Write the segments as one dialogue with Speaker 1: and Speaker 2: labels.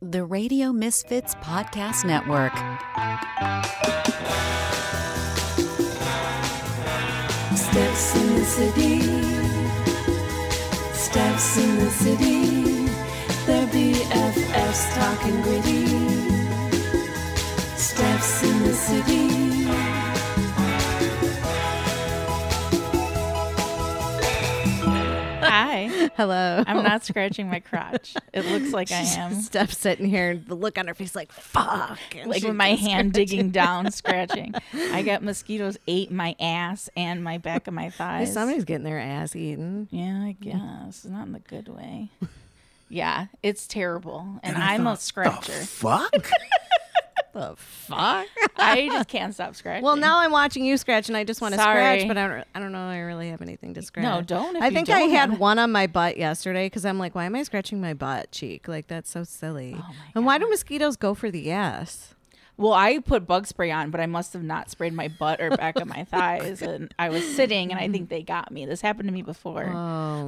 Speaker 1: The Radio Misfits Podcast Network.
Speaker 2: Steps in the city. Steps in the city. They're BFFs talking gritty. Steps in the city.
Speaker 3: Hi.
Speaker 4: Hello.
Speaker 3: I'm not scratching my crotch. It looks like I am.
Speaker 4: Steph sitting here, the look on her face like, fuck. And
Speaker 3: Like
Speaker 4: she
Speaker 3: with my
Speaker 4: just-
Speaker 3: hand digging down, scratching. I got mosquitoes ate my ass and my back of my
Speaker 4: Hey,
Speaker 3: thighs.
Speaker 4: Somebody's getting their ass eaten.
Speaker 3: Yeah, I guess. Not in the good way. Yeah, it's terrible. And, I'm a scratcher.
Speaker 5: Fuck.
Speaker 4: The fuck?
Speaker 3: I just can't stop scratching.
Speaker 4: Well, now I'm watching you scratch and I just want to
Speaker 3: Sorry.
Speaker 4: scratch, but I don't, I don't know I really have anything to scratch.
Speaker 3: don't if
Speaker 4: I
Speaker 3: you
Speaker 4: think I
Speaker 3: don't
Speaker 4: had
Speaker 3: have-
Speaker 4: one on my butt yesterday because I'm like, why am I scratching my butt cheek? Like, that's so silly.
Speaker 3: Oh my
Speaker 4: and why do mosquitoes go for the ass?
Speaker 3: Well, I put bug spray on, but I must have not sprayed my butt or back of my thighs. And I was sitting, and I think they got me. This happened to me before,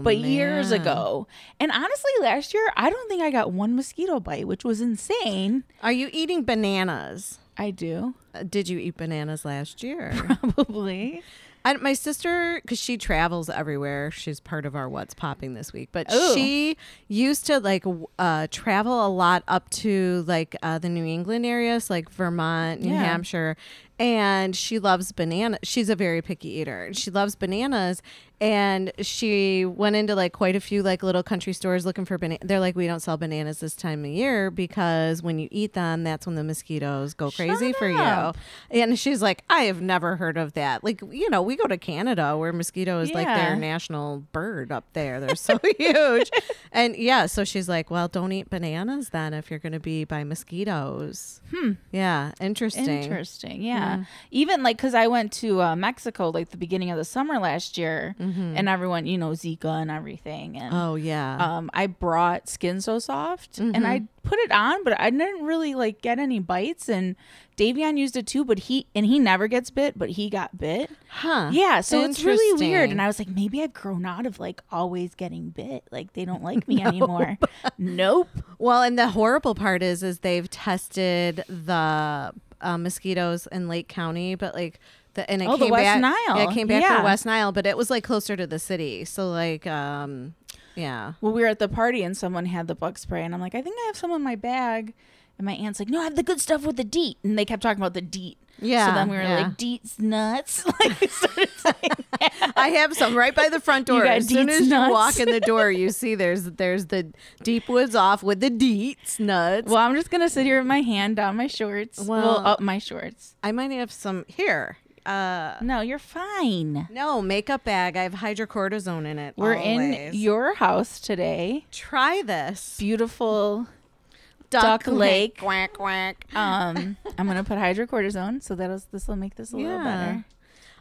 Speaker 3: but years ago. And honestly, last year, I don't think I got one mosquito bite, which was insane.
Speaker 4: Are you eating bananas?
Speaker 3: I do.
Speaker 4: Uh, Did you eat bananas last year?
Speaker 3: Probably.
Speaker 4: I, my sister, because she travels everywhere, she's part of our What's Popping this week. But
Speaker 3: Ooh.
Speaker 4: she used to like w- uh, travel a lot up to like uh, the New England areas, like Vermont, New
Speaker 3: Yeah.
Speaker 4: Hampshire, and she loves bananas. She's a very picky eater, and she loves bananas. And she went into like quite a few like little country stores looking for bananas. They're like, we don't sell bananas this time of year because when you eat them, that's when the mosquitoes go crazy for you.
Speaker 3: up.
Speaker 4: And she's like, I have never heard of that. Like, you know, we go to Canada where mosquito is like
Speaker 3: Yeah.
Speaker 4: their national bird up there. They're so huge. And yeah, so she's like, well, don't eat bananas then if you're going to be by mosquitoes. Hmm. Yeah, interesting.
Speaker 3: Interesting. Yeah. Even like, because I went to uh, Mexico like the beginning of the summer last year, and everyone, you know, Zika and everything. And
Speaker 4: Oh, yeah.
Speaker 3: um, I brought Skin So Soft
Speaker 4: Mm-hmm.
Speaker 3: and I put it on, but I didn't really like get any bites. And Davion used it too, but he and he never gets bit, but he got bit.
Speaker 4: huh.
Speaker 3: Yeah, so it's really weird.
Speaker 4: Interesting.
Speaker 3: And I was like, maybe I've grown out of like always getting bit. Like they don't like me anymore. nope.
Speaker 4: Well, and the horrible part is, is they've tested the uh, mosquitoes in Lake County, but like the and it
Speaker 3: Oh, the
Speaker 4: came
Speaker 3: West
Speaker 4: back.
Speaker 3: Nile.
Speaker 4: Yeah, it came back
Speaker 3: Yeah.
Speaker 4: to West Nile, but it was like closer to the city. So like, um, yeah.
Speaker 3: Well, we were at the party and someone had the bug spray, and I'm like, I think I have some in my bag. And my aunt's like, No, I have the good stuff with the DEET. And they kept talking about the DEET. So
Speaker 4: Yeah,
Speaker 3: then we were
Speaker 4: yeah.
Speaker 3: like, DEET's nuts. Like, we started saying that.
Speaker 4: I have some right by the front
Speaker 3: You
Speaker 4: door.
Speaker 3: got
Speaker 4: As soon
Speaker 3: deets
Speaker 4: as
Speaker 3: nuts.
Speaker 4: you walk in the door, you see there's there's the deep woods off with the deets nuts.
Speaker 3: Well, I'm just gonna sit here with my hand down my shorts. Well,
Speaker 4: Well-
Speaker 3: up my shorts.
Speaker 4: I might have some here. Uh,
Speaker 3: No, you're fine.
Speaker 4: no makeup bag. I have hydrocortisone in it.
Speaker 3: We're in
Speaker 4: always.
Speaker 3: your house today.
Speaker 4: try this
Speaker 3: Beautiful. Duck Lake.
Speaker 4: Quack quack.
Speaker 3: Um, I'm gonna put hydrocortisone, so that'll this will make this a little better.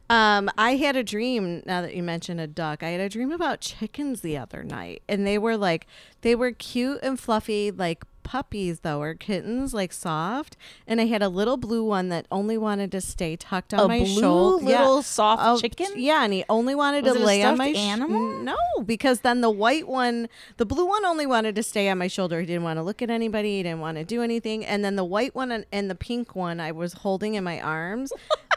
Speaker 4: Um, I had a dream now that you mentioned a duck. I had a dream about chickens the other night, and they were like, they were cute and fluffy, like puppies though, or kittens, like soft. And I had a little blue one that only wanted to stay tucked on
Speaker 3: A
Speaker 4: my
Speaker 3: blue
Speaker 4: shoulder. Oh,
Speaker 3: little soft chicken?
Speaker 4: Yeah, and he only wanted
Speaker 3: Was
Speaker 4: to
Speaker 3: it a
Speaker 4: lay on
Speaker 3: stuffed
Speaker 4: my sh-
Speaker 3: animal?
Speaker 4: No, because then the white one, the blue one, only wanted to stay on my shoulder. He didn't want to look at anybody. He didn't want to do anything. And then the white one and, and the pink one, I was holding in my arms.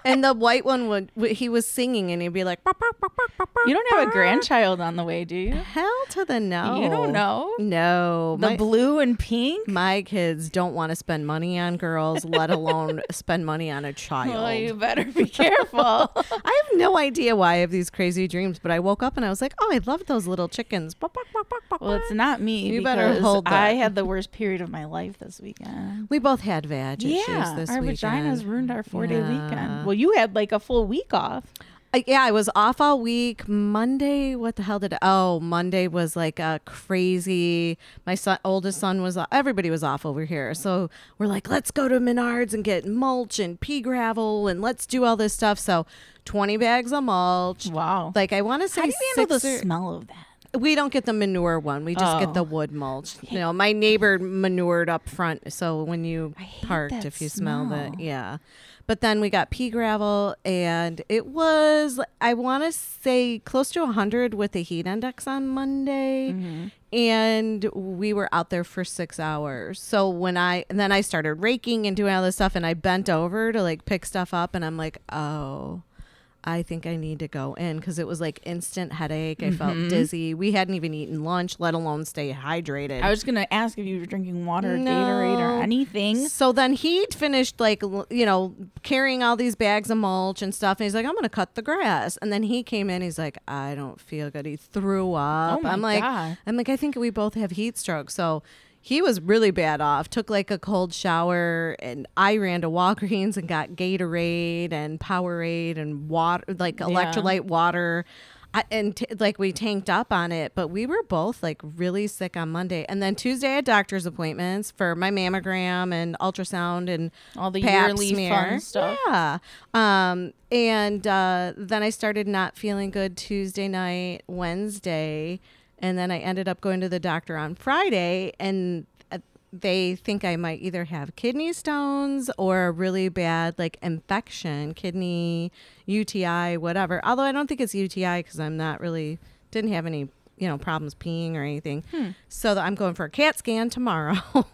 Speaker 4: and the white one would w- he was singing and he'd be like, "Bah, bah, bah, bah, bah, bah,
Speaker 3: You don't have a
Speaker 4: bah."
Speaker 3: grandchild on the way, do you?
Speaker 4: Hell to the no.
Speaker 3: You don't know?
Speaker 4: No,
Speaker 3: The
Speaker 4: my,
Speaker 3: blue and pink.
Speaker 4: my kids don't want to spend money on girls, let alone spend money on a child.
Speaker 3: Oh, you better be careful.
Speaker 4: I have no idea why I have these crazy dreams, but I woke up and I was like, oh, I love those little chickens. Bah, bah, bah, bah, bah,
Speaker 3: well, it's
Speaker 4: bah.
Speaker 3: not me.
Speaker 4: You better
Speaker 3: because
Speaker 4: hold
Speaker 3: I
Speaker 4: that.
Speaker 3: had the worst period of my life this weekend.
Speaker 4: We both had vag
Speaker 3: yeah,
Speaker 4: issues this
Speaker 3: our
Speaker 4: weekend.
Speaker 3: vaginas ruined our four-day
Speaker 4: Yeah.
Speaker 3: weekend. Well, you had like a full week off.
Speaker 4: Uh, yeah, I was off all week. Monday, what the hell did? Oh, Monday was like a crazy. My son, oldest son was. Everybody was off over here, so we're like, let's go to Menards and get mulch and pea gravel and let's do all this stuff. So, twenty bags of mulch.
Speaker 3: Wow.
Speaker 4: Like I want to say,
Speaker 3: How do you handle the
Speaker 4: six or-
Speaker 3: smell of that?
Speaker 4: we don't get the manure one. We just
Speaker 3: Oh.
Speaker 4: get the wood mulch. You know, my neighbor manured up front, so when you
Speaker 3: hate that
Speaker 4: parked, if you smelled
Speaker 3: smell.
Speaker 4: it, yeah. But then we got pea gravel, and it was I want to say close to hundred with the heat index on Monday, and we were out there for six hours. So when I and then I started raking and doing all this stuff, and I bent over to like pick stuff up, and I'm like, oh. I think I need to go in because it was like instant headache. I felt dizzy. We hadn't even eaten lunch, let alone stay hydrated.
Speaker 3: I was gonna ask if you were drinking water,
Speaker 4: No.
Speaker 3: Gatorade, or anything.
Speaker 4: So then he finished like l- you know carrying all these bags of mulch and stuff, and he's like, "I'm gonna cut the grass." And then he came in, he's like, "I don't feel good." He threw up.
Speaker 3: Oh my
Speaker 4: I'm like,
Speaker 3: God.
Speaker 4: I'm like, I think we both have heat stroke. So he was really bad off. Took like a cold shower, and I ran to Walgreens and got Gatorade and Powerade and water, like electrolyte water. I, and t- like we tanked up on it, but we were both like really sick on Monday. And then Tuesday, I had doctor's appointments for my mammogram and ultrasound and
Speaker 3: All the
Speaker 4: pap
Speaker 3: yearly fun
Speaker 4: smear.
Speaker 3: stuff.
Speaker 4: Yeah. Um, and uh, then I started not feeling good Tuesday night, Wednesday, and then I ended up going to the doctor on Friday, and uh, they think I might either have kidney stones or a really bad like infection, kidney UTI, whatever. Although I don't think it's UTI because I'm not really didn't have any you know problems peeing or anything.
Speaker 3: Hmm.
Speaker 4: So I'm going for a CAT scan tomorrow.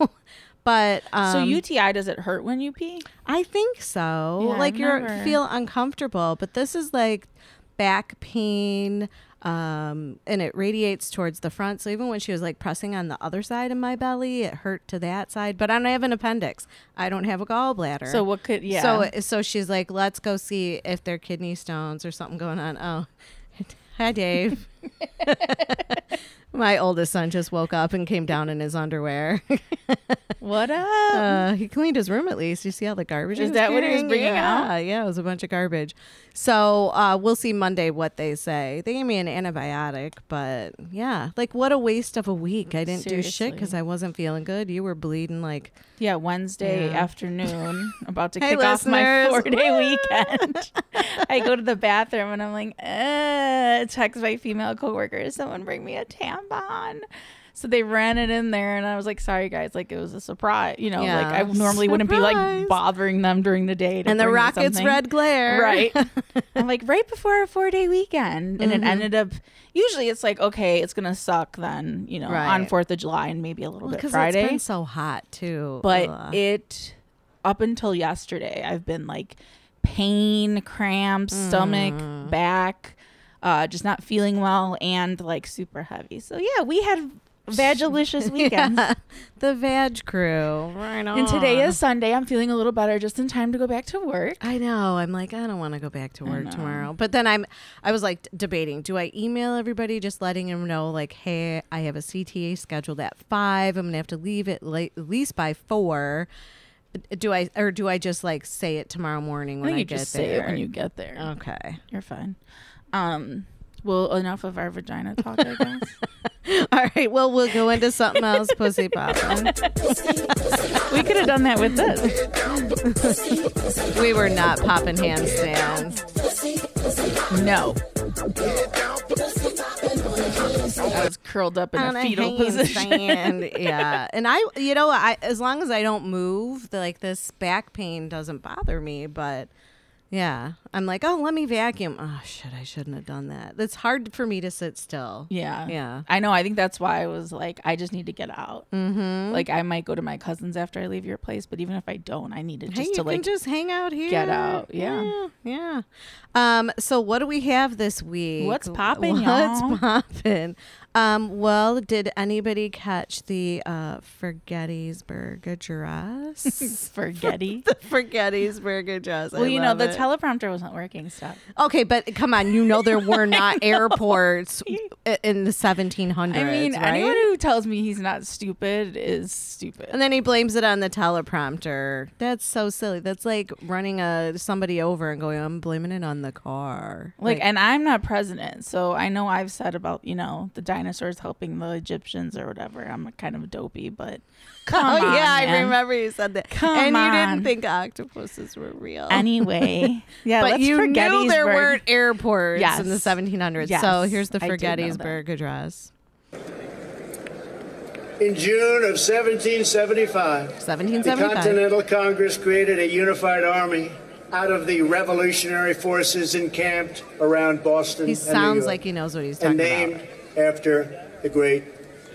Speaker 4: But um,
Speaker 3: so UTI does it hurt when you pee?
Speaker 4: I think so.
Speaker 3: Yeah, I
Speaker 4: like you
Speaker 3: remember.
Speaker 4: feel uncomfortable, but this is like back pain um and it radiates towards the front so even when she was like pressing on the other side of my belly it hurt to that side but i don't have an appendix i don't have a gallbladder
Speaker 3: So what could yeah?
Speaker 4: so so she's like let's go see if there are kidney stones or something going on oh hi dave my oldest son just woke up and came down in his underwear
Speaker 3: what up?
Speaker 4: uh, he cleaned his room at least. You see all the garbage.
Speaker 3: Is that what he was
Speaker 4: carrying?
Speaker 3: bringing
Speaker 4: yeah, Yeah, it was a bunch of garbage. So uh, we'll see Monday what they say. They gave me an antibiotic, but yeah, like what a waste of a week. I didn't do shit
Speaker 3: Seriously.
Speaker 4: because I wasn't feeling good. You were bleeding like
Speaker 3: yeah, Wednesday
Speaker 4: Yeah.
Speaker 3: afternoon, about to
Speaker 4: Hey,
Speaker 3: kick off my
Speaker 4: listeners.
Speaker 3: four-day weekend. I go to the bathroom and I'm like, uh, text my female coworkers, someone bring me a tampon. So they ran it in there, and I was like, "Sorry guys, like it was a surprise." You know,
Speaker 4: Yeah.
Speaker 3: like I normally wouldn't be like
Speaker 4: Surprise.
Speaker 3: bothering them during the day. To
Speaker 4: and the
Speaker 3: bring me
Speaker 4: rocket's
Speaker 3: something.
Speaker 4: red glare.
Speaker 3: Right. I'm like right before our four day weekend.
Speaker 4: Mm-hmm.
Speaker 3: And it ended up usually it's like, okay, it's gonna suck then, you know, on
Speaker 4: Right.
Speaker 3: fourth of July and maybe a little bit
Speaker 4: Because it's
Speaker 3: Friday.
Speaker 4: been so hot too.
Speaker 3: But
Speaker 4: Ugh.
Speaker 3: it up until yesterday I've been like pain, cramps,
Speaker 4: Mm.
Speaker 3: stomach, back, uh, just not feeling well and like super heavy. So yeah, we had vagilicious weekends.
Speaker 4: the Vag crew. Right on.
Speaker 3: And today is Sunday. I'm feeling a little better just in time to go back to work.
Speaker 4: I know. I'm like, I don't want to go back to work tomorrow. But then I'm, I was like debating: do I email everybody, just letting them know, like, hey, I have a CTA scheduled at five. I'm gonna have to leave it late, at least by four. Do I or do I just like say it tomorrow morning
Speaker 3: I
Speaker 4: when
Speaker 3: think
Speaker 4: I,
Speaker 3: you
Speaker 4: get
Speaker 3: just
Speaker 4: there?
Speaker 3: say it when you get there.
Speaker 4: okay.
Speaker 3: You're fine. Um, well, enough of our vagina talk, I guess.
Speaker 4: All right. Well, we'll go into something else, pussy problem.
Speaker 3: we could have done that with this.
Speaker 4: We were not popping handstands.
Speaker 3: No. I was curled up in
Speaker 4: on
Speaker 3: a
Speaker 4: a
Speaker 3: fetal position.
Speaker 4: handstand. yeah. And I, you know, I as long as I don't move, the, like this back pain doesn't bother me. But yeah, I'm like, oh, let me vacuum. Oh shit, I shouldn't have done that. It's hard for me to sit still.
Speaker 3: Yeah.
Speaker 4: Yeah.
Speaker 3: I know. I think that's why I was like, I just need to get out. Mm-hmm. Like, I might go to my cousin's after I leave your place, but even if I don't, I needed
Speaker 4: Hey,
Speaker 3: just
Speaker 4: you
Speaker 3: to
Speaker 4: can
Speaker 3: like.
Speaker 4: just hang out here.
Speaker 3: out. Yeah.
Speaker 4: yeah, yeah. Um, so what do we have this week?
Speaker 3: What's poppin', y'all?
Speaker 4: What's poppin'? Um, well, did anybody catch the uh, Forgettysburg address?
Speaker 3: Forgetty.
Speaker 4: for Gettysburg Address.
Speaker 3: well, you know, the
Speaker 4: telephone.
Speaker 3: teleprompter wasn't working, so
Speaker 4: Okay, but come on, you know there were not airports i- in the 1700s.
Speaker 3: I mean,
Speaker 4: right?
Speaker 3: anyone who tells me he's not stupid is stupid.
Speaker 4: and then he blames it on the teleprompter. That's so silly. That's like running a somebody over and going, "I'm blaming it on the car."
Speaker 3: Like, and I'm not president, so I know I've said about you know the dinosaurs helping the Egyptians or whatever. I'm kind of dopey, but come
Speaker 4: oh
Speaker 3: on,
Speaker 4: yeah, I
Speaker 3: man.
Speaker 4: remember you said that.
Speaker 3: Come
Speaker 4: and you
Speaker 3: on.
Speaker 4: didn't think octopuses were real.
Speaker 3: Anyway, yeah,
Speaker 4: Oh. but
Speaker 3: let's
Speaker 4: you
Speaker 3: forget
Speaker 4: knew there
Speaker 3: Gettysburg.
Speaker 4: weren't airports in the
Speaker 3: Yes.
Speaker 4: 1700s. So
Speaker 3: Yes,
Speaker 4: here's the
Speaker 3: I did know that.
Speaker 4: Forgettysburg address.
Speaker 5: In June of 1775, the
Speaker 4: 1775.
Speaker 5: Continental Congress created a unified army out of the revolutionary forces encamped around Boston.
Speaker 4: He
Speaker 5: and New
Speaker 4: sounds
Speaker 5: York,
Speaker 4: like he knows what he's
Speaker 5: and
Speaker 4: talking about.
Speaker 5: named after the great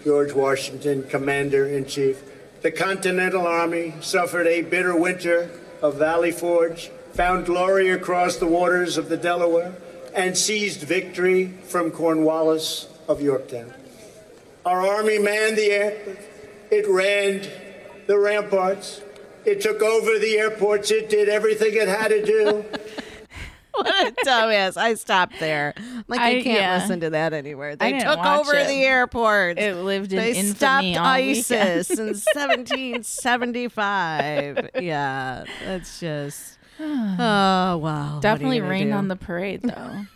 Speaker 5: George Washington, Commander in Chief, the Continental Army suffered a bitter winter of Valley Forge, found glory across the waters of the Delaware, and seized victory from Cornwallis of Yorktown. Our army manned the airport. It ran the ramparts. It took over the airports. It did everything it had to do.
Speaker 4: What a dumbass. I stopped there. Like,
Speaker 3: I-
Speaker 4: I, can't
Speaker 3: yeah.
Speaker 4: listen to that anywhere.
Speaker 3: I
Speaker 4: They
Speaker 3: didn't
Speaker 4: took
Speaker 3: watch
Speaker 4: over
Speaker 3: it.
Speaker 4: the airports.
Speaker 3: It lived in
Speaker 4: They
Speaker 3: infamy
Speaker 4: stopped
Speaker 3: all
Speaker 4: ISIS in 1775. yeah, that's just. Oh, wow.
Speaker 3: Definitely rained on the parade though.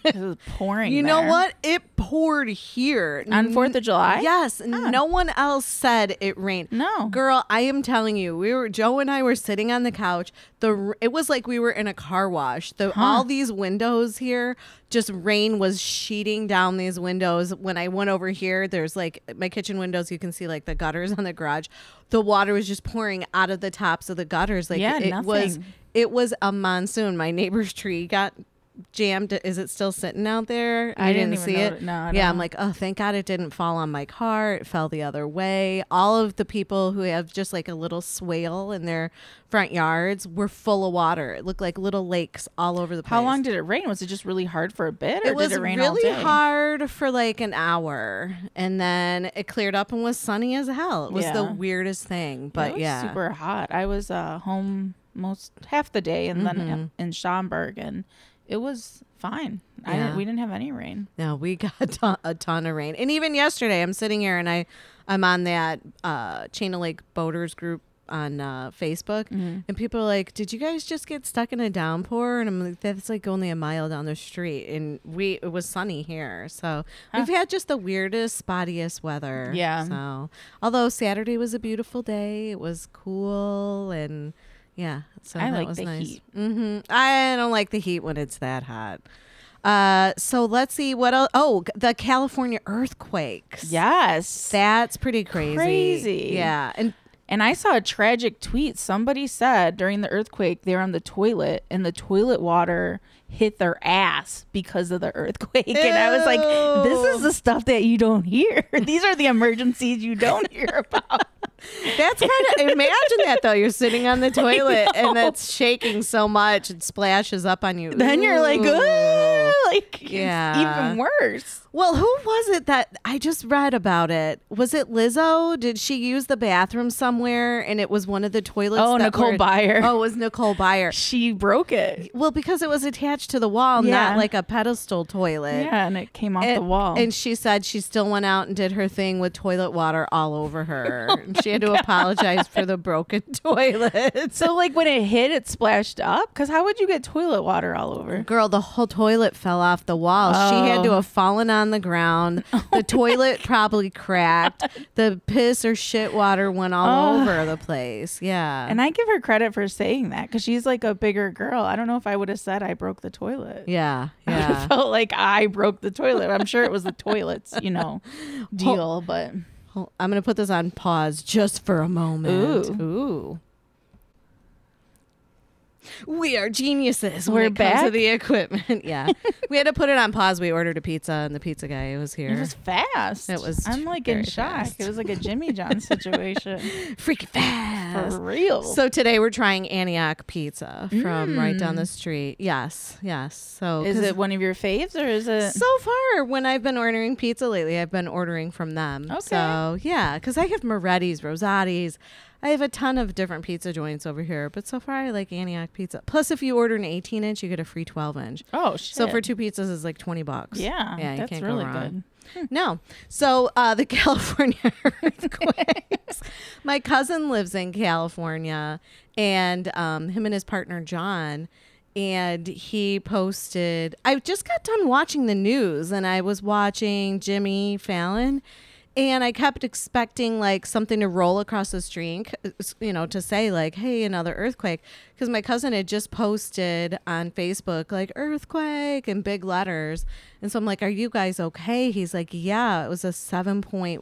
Speaker 3: 'cause it was pouring.
Speaker 4: You know
Speaker 3: there.
Speaker 4: what? It poured here
Speaker 3: On 4th of July?
Speaker 4: Yes, no one else said it rained.
Speaker 3: No.
Speaker 4: girl, I am telling you, we were Joe and I were sitting on the couch. The r- it was like we were in a car wash. The all these windows here, just rain was sheeting down these windows. When I went over here, there's like my kitchen windows. You can see like the gutters on the garage. The water was just pouring out of the tops of the gutters. Like
Speaker 3: Yeah,
Speaker 4: it was.
Speaker 3: nothing.
Speaker 4: It was a monsoon. My neighbor's tree got jammed. Is it still sitting out there?
Speaker 3: I
Speaker 4: You
Speaker 3: didn't even know that- no, I don't
Speaker 4: yeah,
Speaker 3: know.
Speaker 4: I'm like, oh, thank God it didn't fall on my car. It fell the other way. All of the people who have just like a little swale in their front yards were full of water. It looked like little lakes all over the place.
Speaker 3: How long did it rain? Was it just really hard for a bit, or
Speaker 4: it was
Speaker 3: did it rain all
Speaker 4: really
Speaker 3: day?
Speaker 4: hard for like an hour, and then it cleared up and was sunny as hell. It was the
Speaker 3: Yeah.
Speaker 4: weirdest thing,
Speaker 3: It
Speaker 4: but
Speaker 3: was
Speaker 4: yeah,
Speaker 3: super hot. I was uh, home most half the day, and
Speaker 4: Mm-hmm.
Speaker 3: then in Schaumburg, and it was fine. I
Speaker 4: Yeah.
Speaker 3: didn't, we didn't have any rain.
Speaker 4: No, we got a ton, a ton of rain. And even yesterday, I'm sitting here and I, I'm on that uh, Chain of Lake Boaters group on uh, Facebook,
Speaker 3: Mm-hmm.
Speaker 4: and people are like, "Did you guys just get stuck in a downpour?" And I'm like, "That's like only a mile down the street, and we it was sunny here, so we've had just the weirdest, spottiest weather."
Speaker 3: Yeah.
Speaker 4: So, although Saturday was a beautiful day, it was cool and. Yeah, so
Speaker 3: I
Speaker 4: that
Speaker 3: like
Speaker 4: was
Speaker 3: the
Speaker 4: nice.
Speaker 3: heat.
Speaker 4: hmm I don't like the heat when it's that hot. Uh, so let's see what else. Oh, the California earthquakes.
Speaker 3: Yes,
Speaker 4: that's pretty crazy.
Speaker 3: Crazy.
Speaker 4: Yeah, and
Speaker 3: And I saw a tragic tweet. Somebody said during the earthquake they were on the toilet and the toilet water hit their ass because of the earthquake. And I was like, this is the stuff that you don't hear. These are the emergencies you don't hear about.
Speaker 4: that's kind of imagine that though. You're sitting on the toilet and it's shaking so much it splashes up on you.
Speaker 3: then you're like,
Speaker 4: Ooh.
Speaker 3: "Ugh," like
Speaker 4: Yeah.
Speaker 3: it's even worse.
Speaker 4: Well, who was it that I just read about it? Was it Lizzo? Did she use the bathroom somewhere and it was one of the toilets?
Speaker 3: Oh,
Speaker 4: that
Speaker 3: Nicole
Speaker 4: were-
Speaker 3: Byer.
Speaker 4: Oh, it was Nicole Byer.
Speaker 3: She broke it.
Speaker 4: Well, because it was attached to the wall,
Speaker 3: Yeah.
Speaker 4: not like a pedestal toilet.
Speaker 3: Yeah, and it came off
Speaker 4: and,
Speaker 3: the wall.
Speaker 4: And she said she still went out and did her thing with toilet water all over her.
Speaker 3: Oh
Speaker 4: she had to apologize for the broken toilet.
Speaker 3: so like when it hit, it splashed up. Cause how would you get toilet water all over?
Speaker 4: Girl, the whole toilet fell off the wall. She had
Speaker 3: Oh.
Speaker 4: to have fallen on the ground. The toilet probably cracked. The piss or shit water went all over the place. Yeah.
Speaker 3: Oh. And I give her credit for saying that because she's like a bigger girl. I don't know if I would have said I broke the toilet.
Speaker 4: yeah.
Speaker 3: I
Speaker 4: Yeah.
Speaker 3: felt like I broke the toilet. I'm sure it was the toilets, you know, deal. But
Speaker 4: Hold- I'm going to put this on pause just for a moment.
Speaker 3: Ooh.
Speaker 4: Ooh. We are geniuses. when
Speaker 3: We're
Speaker 4: it comes to
Speaker 3: back?
Speaker 4: the equipment. yeah. we had to put it on pause. We ordered a pizza and the pizza guy was here.
Speaker 3: it was fast.
Speaker 4: It was
Speaker 3: I'm like in
Speaker 4: very
Speaker 3: shock.
Speaker 4: fast.
Speaker 3: It was like a Jimmy John situation
Speaker 4: freaking fast.
Speaker 3: for real.
Speaker 4: So today we're trying Antioch pizza from right down the street. Yes, yes. So
Speaker 3: Mm. is
Speaker 4: 'cause
Speaker 3: it one of your faves or is it?
Speaker 4: so far when I've been ordering pizza lately, I've been ordering from them.
Speaker 3: Okay.
Speaker 4: So yeah, because I have Moretti's, Rosati's. I have a ton of different pizza joints over here, but so far I like Antioch pizza. Plus, if you order an 18 inch, you get a free 12 inch.
Speaker 3: oh shit.
Speaker 4: So for two pizzas is like 20 bucks.
Speaker 3: Yeah,
Speaker 4: Yeah, you
Speaker 3: that's
Speaker 4: can't
Speaker 3: really
Speaker 4: go wrong. No. So uh, the California earthquakes. My cousin lives in California and um, him and his partner John and he posted I just got done watching the news and I was watching Jimmy Fallon and I kept expecting like something to roll across the screen, c- you know, to say like, "Hey, another earthquake," because my cousin had just posted on Facebook like "earthquake" in big letters, and so I'm like, "Are you guys okay?" He's like, "Yeah, it was a 7.1.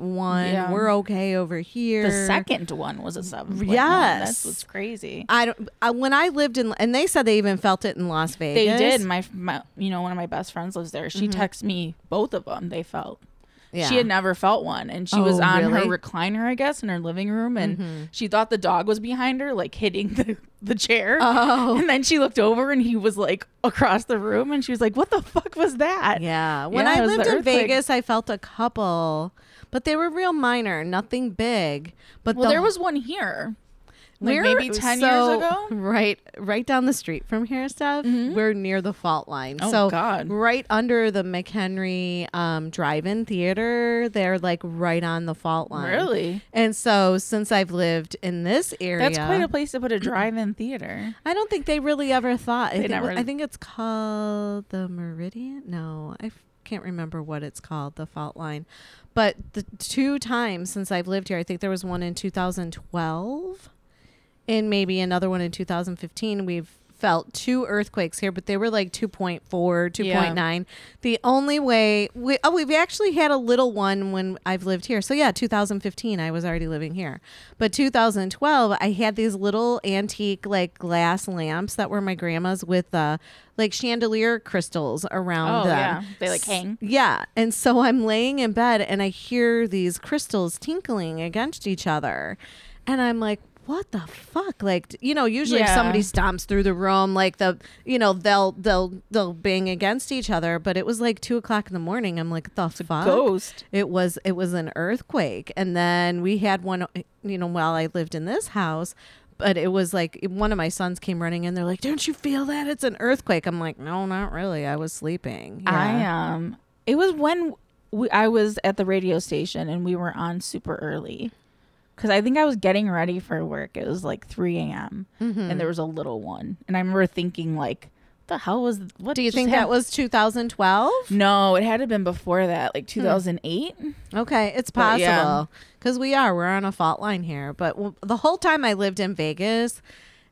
Speaker 3: Yeah.
Speaker 4: We're okay over here."
Speaker 3: the second one was a seven. point one.
Speaker 4: Yes.
Speaker 3: that's what's crazy.
Speaker 4: I don't. I, when I lived in, and they said they even felt it in Las
Speaker 3: They
Speaker 4: Vegas.
Speaker 3: did. My, my, you know, one of my best friends lives there. She texted me both of them. They felt
Speaker 4: Mm-hmm. Yeah.
Speaker 3: She had never felt one, and she was
Speaker 4: Oh,
Speaker 3: on
Speaker 4: really? Mm-hmm.
Speaker 3: her recliner, I guess, in her living room, and she thought the dog was behind her, like hitting the, the chair.
Speaker 4: Oh.
Speaker 3: And then she looked over, and he was like across the room, and she was like, "What the fuck was that?"
Speaker 4: Yeah. When
Speaker 3: Yeah, it
Speaker 4: I
Speaker 3: was the
Speaker 4: lived in
Speaker 3: earthquake.
Speaker 4: Vegas, I felt a couple, but they were real minor, nothing big. But
Speaker 3: Well,
Speaker 4: the-
Speaker 3: there was one here. Like
Speaker 4: we're-
Speaker 3: maybe 10
Speaker 4: so,
Speaker 3: years ago. Mm-hmm.
Speaker 4: right, right down the street from here, Steph. We're near the fault line.
Speaker 3: Oh,
Speaker 4: so
Speaker 3: God.
Speaker 4: right under the McHenry um, Drive-In Theater, they're like right on the fault line.
Speaker 3: Really?
Speaker 4: And so since I've lived in this area,
Speaker 3: That's quite a place to put a drive-in theater.
Speaker 4: I don't think they really ever thought. I,
Speaker 3: They
Speaker 4: think,
Speaker 3: never-
Speaker 4: I think it's called the Meridian. No, I f- can't remember what it's called, the fault line. But the two times since I've lived here, I think there was one in 2012 and maybe another one in 2015. We've felt two earthquakes here, but they were like 2.4, 2.9. The only way we oh we've actually had a little one when I've lived here. So yeah, 2015 I was already living here. But 2012 I had these little antique like glass lamps that were my grandma's with uh like chandelier crystals around
Speaker 3: Oh,
Speaker 4: them.
Speaker 3: yeah. They, like, hang.
Speaker 4: Yeah. And so I'm laying in bed and I hear these crystals tinkling against each other. And I'm like, what the fuck? Like, d- you know, usually if
Speaker 3: Yeah.
Speaker 4: somebody stomps through the room, like the, you know, they'll, they'll, they'll bang against each other. But it was like two o'clock in the morning. I'm like, the fuck?
Speaker 3: ghost.
Speaker 4: It was, it was an earthquake. And then we had one, eh, you know, while I lived in this house. But it was like one of my sons came running in. They're like, "Don't you feel that? It's an earthquake." I'm like, "No, not really. I was sleeping." Yeah.
Speaker 3: I um it was when we, I was at the radio station and we were on super early because I think I was getting ready for work. It was like 3 a.m. and
Speaker 4: Mm-hmm.
Speaker 3: there was a little one, and I remember thinking like, "The hell was what?"
Speaker 4: Do you
Speaker 3: just Mm.
Speaker 4: think that
Speaker 3: happened?"
Speaker 4: was 2012?
Speaker 3: No, it had to have been before that, like
Speaker 4: Hmm.
Speaker 3: 2008.
Speaker 4: Okay, it's
Speaker 3: But, yeah.
Speaker 4: possible because we are we're on a fault line here. But w- the whole time I lived in Vegas,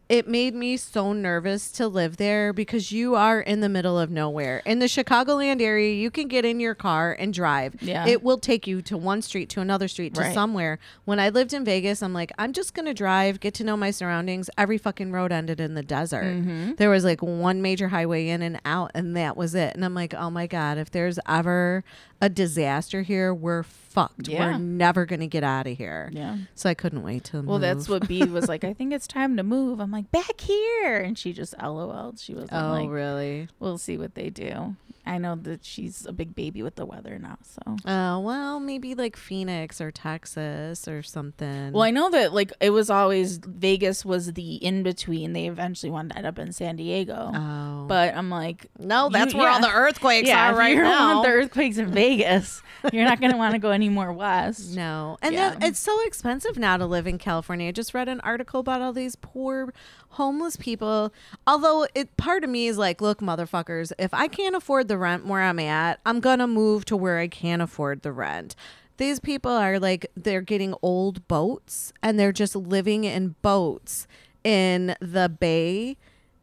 Speaker 4: it made me so nervous to live there because you are in the middle of nowhere. In the Chicagoland area, you can get in your car and drive.
Speaker 3: Yeah.
Speaker 4: it will take you to one street to another street to
Speaker 3: Right.
Speaker 4: somewhere. When I lived in Vegas, I'm like, I'm just gonna drive, get to know my surroundings. Every fucking road ended in the desert.
Speaker 3: Mm-hmm.
Speaker 4: There was like one major highway in and out, and that was it. And I'm like, oh my god, if there's ever a disaster here, we're fucked. We're
Speaker 3: Yeah.
Speaker 4: never gonna get out of here.
Speaker 3: Yeah.
Speaker 4: So I couldn't wait to.
Speaker 3: Well, that's what B was like. I think it's time to move. I'm like back here, and she just LOL'd. She was
Speaker 4: Oh,
Speaker 3: like,
Speaker 4: really?
Speaker 3: "We'll see what they do." I know that she's a big baby with the weather now, so
Speaker 4: Uh, well, maybe like Phoenix or Texas or something.
Speaker 3: Well, I know that like it was always Vegas was the in between. They eventually wanted to end up in San Diego.
Speaker 4: Oh.
Speaker 3: But I'm like,
Speaker 4: no, that's where all the earthquakes
Speaker 3: yeah,
Speaker 4: are
Speaker 3: if
Speaker 4: right
Speaker 3: you don't
Speaker 4: now.
Speaker 3: want the earthquakes in Vegas. You're not going to want to go any more west.
Speaker 4: No. And
Speaker 3: Yeah.
Speaker 4: that, it's so expensive now to live in California. I just read an article about all these poor homeless people. Although it part of me is like, look, motherfuckers, if I can't afford the rent where I'm at, I'm gonna move to where I can afford the rent. These people are like they're getting old boats and they're just living in boats in the bay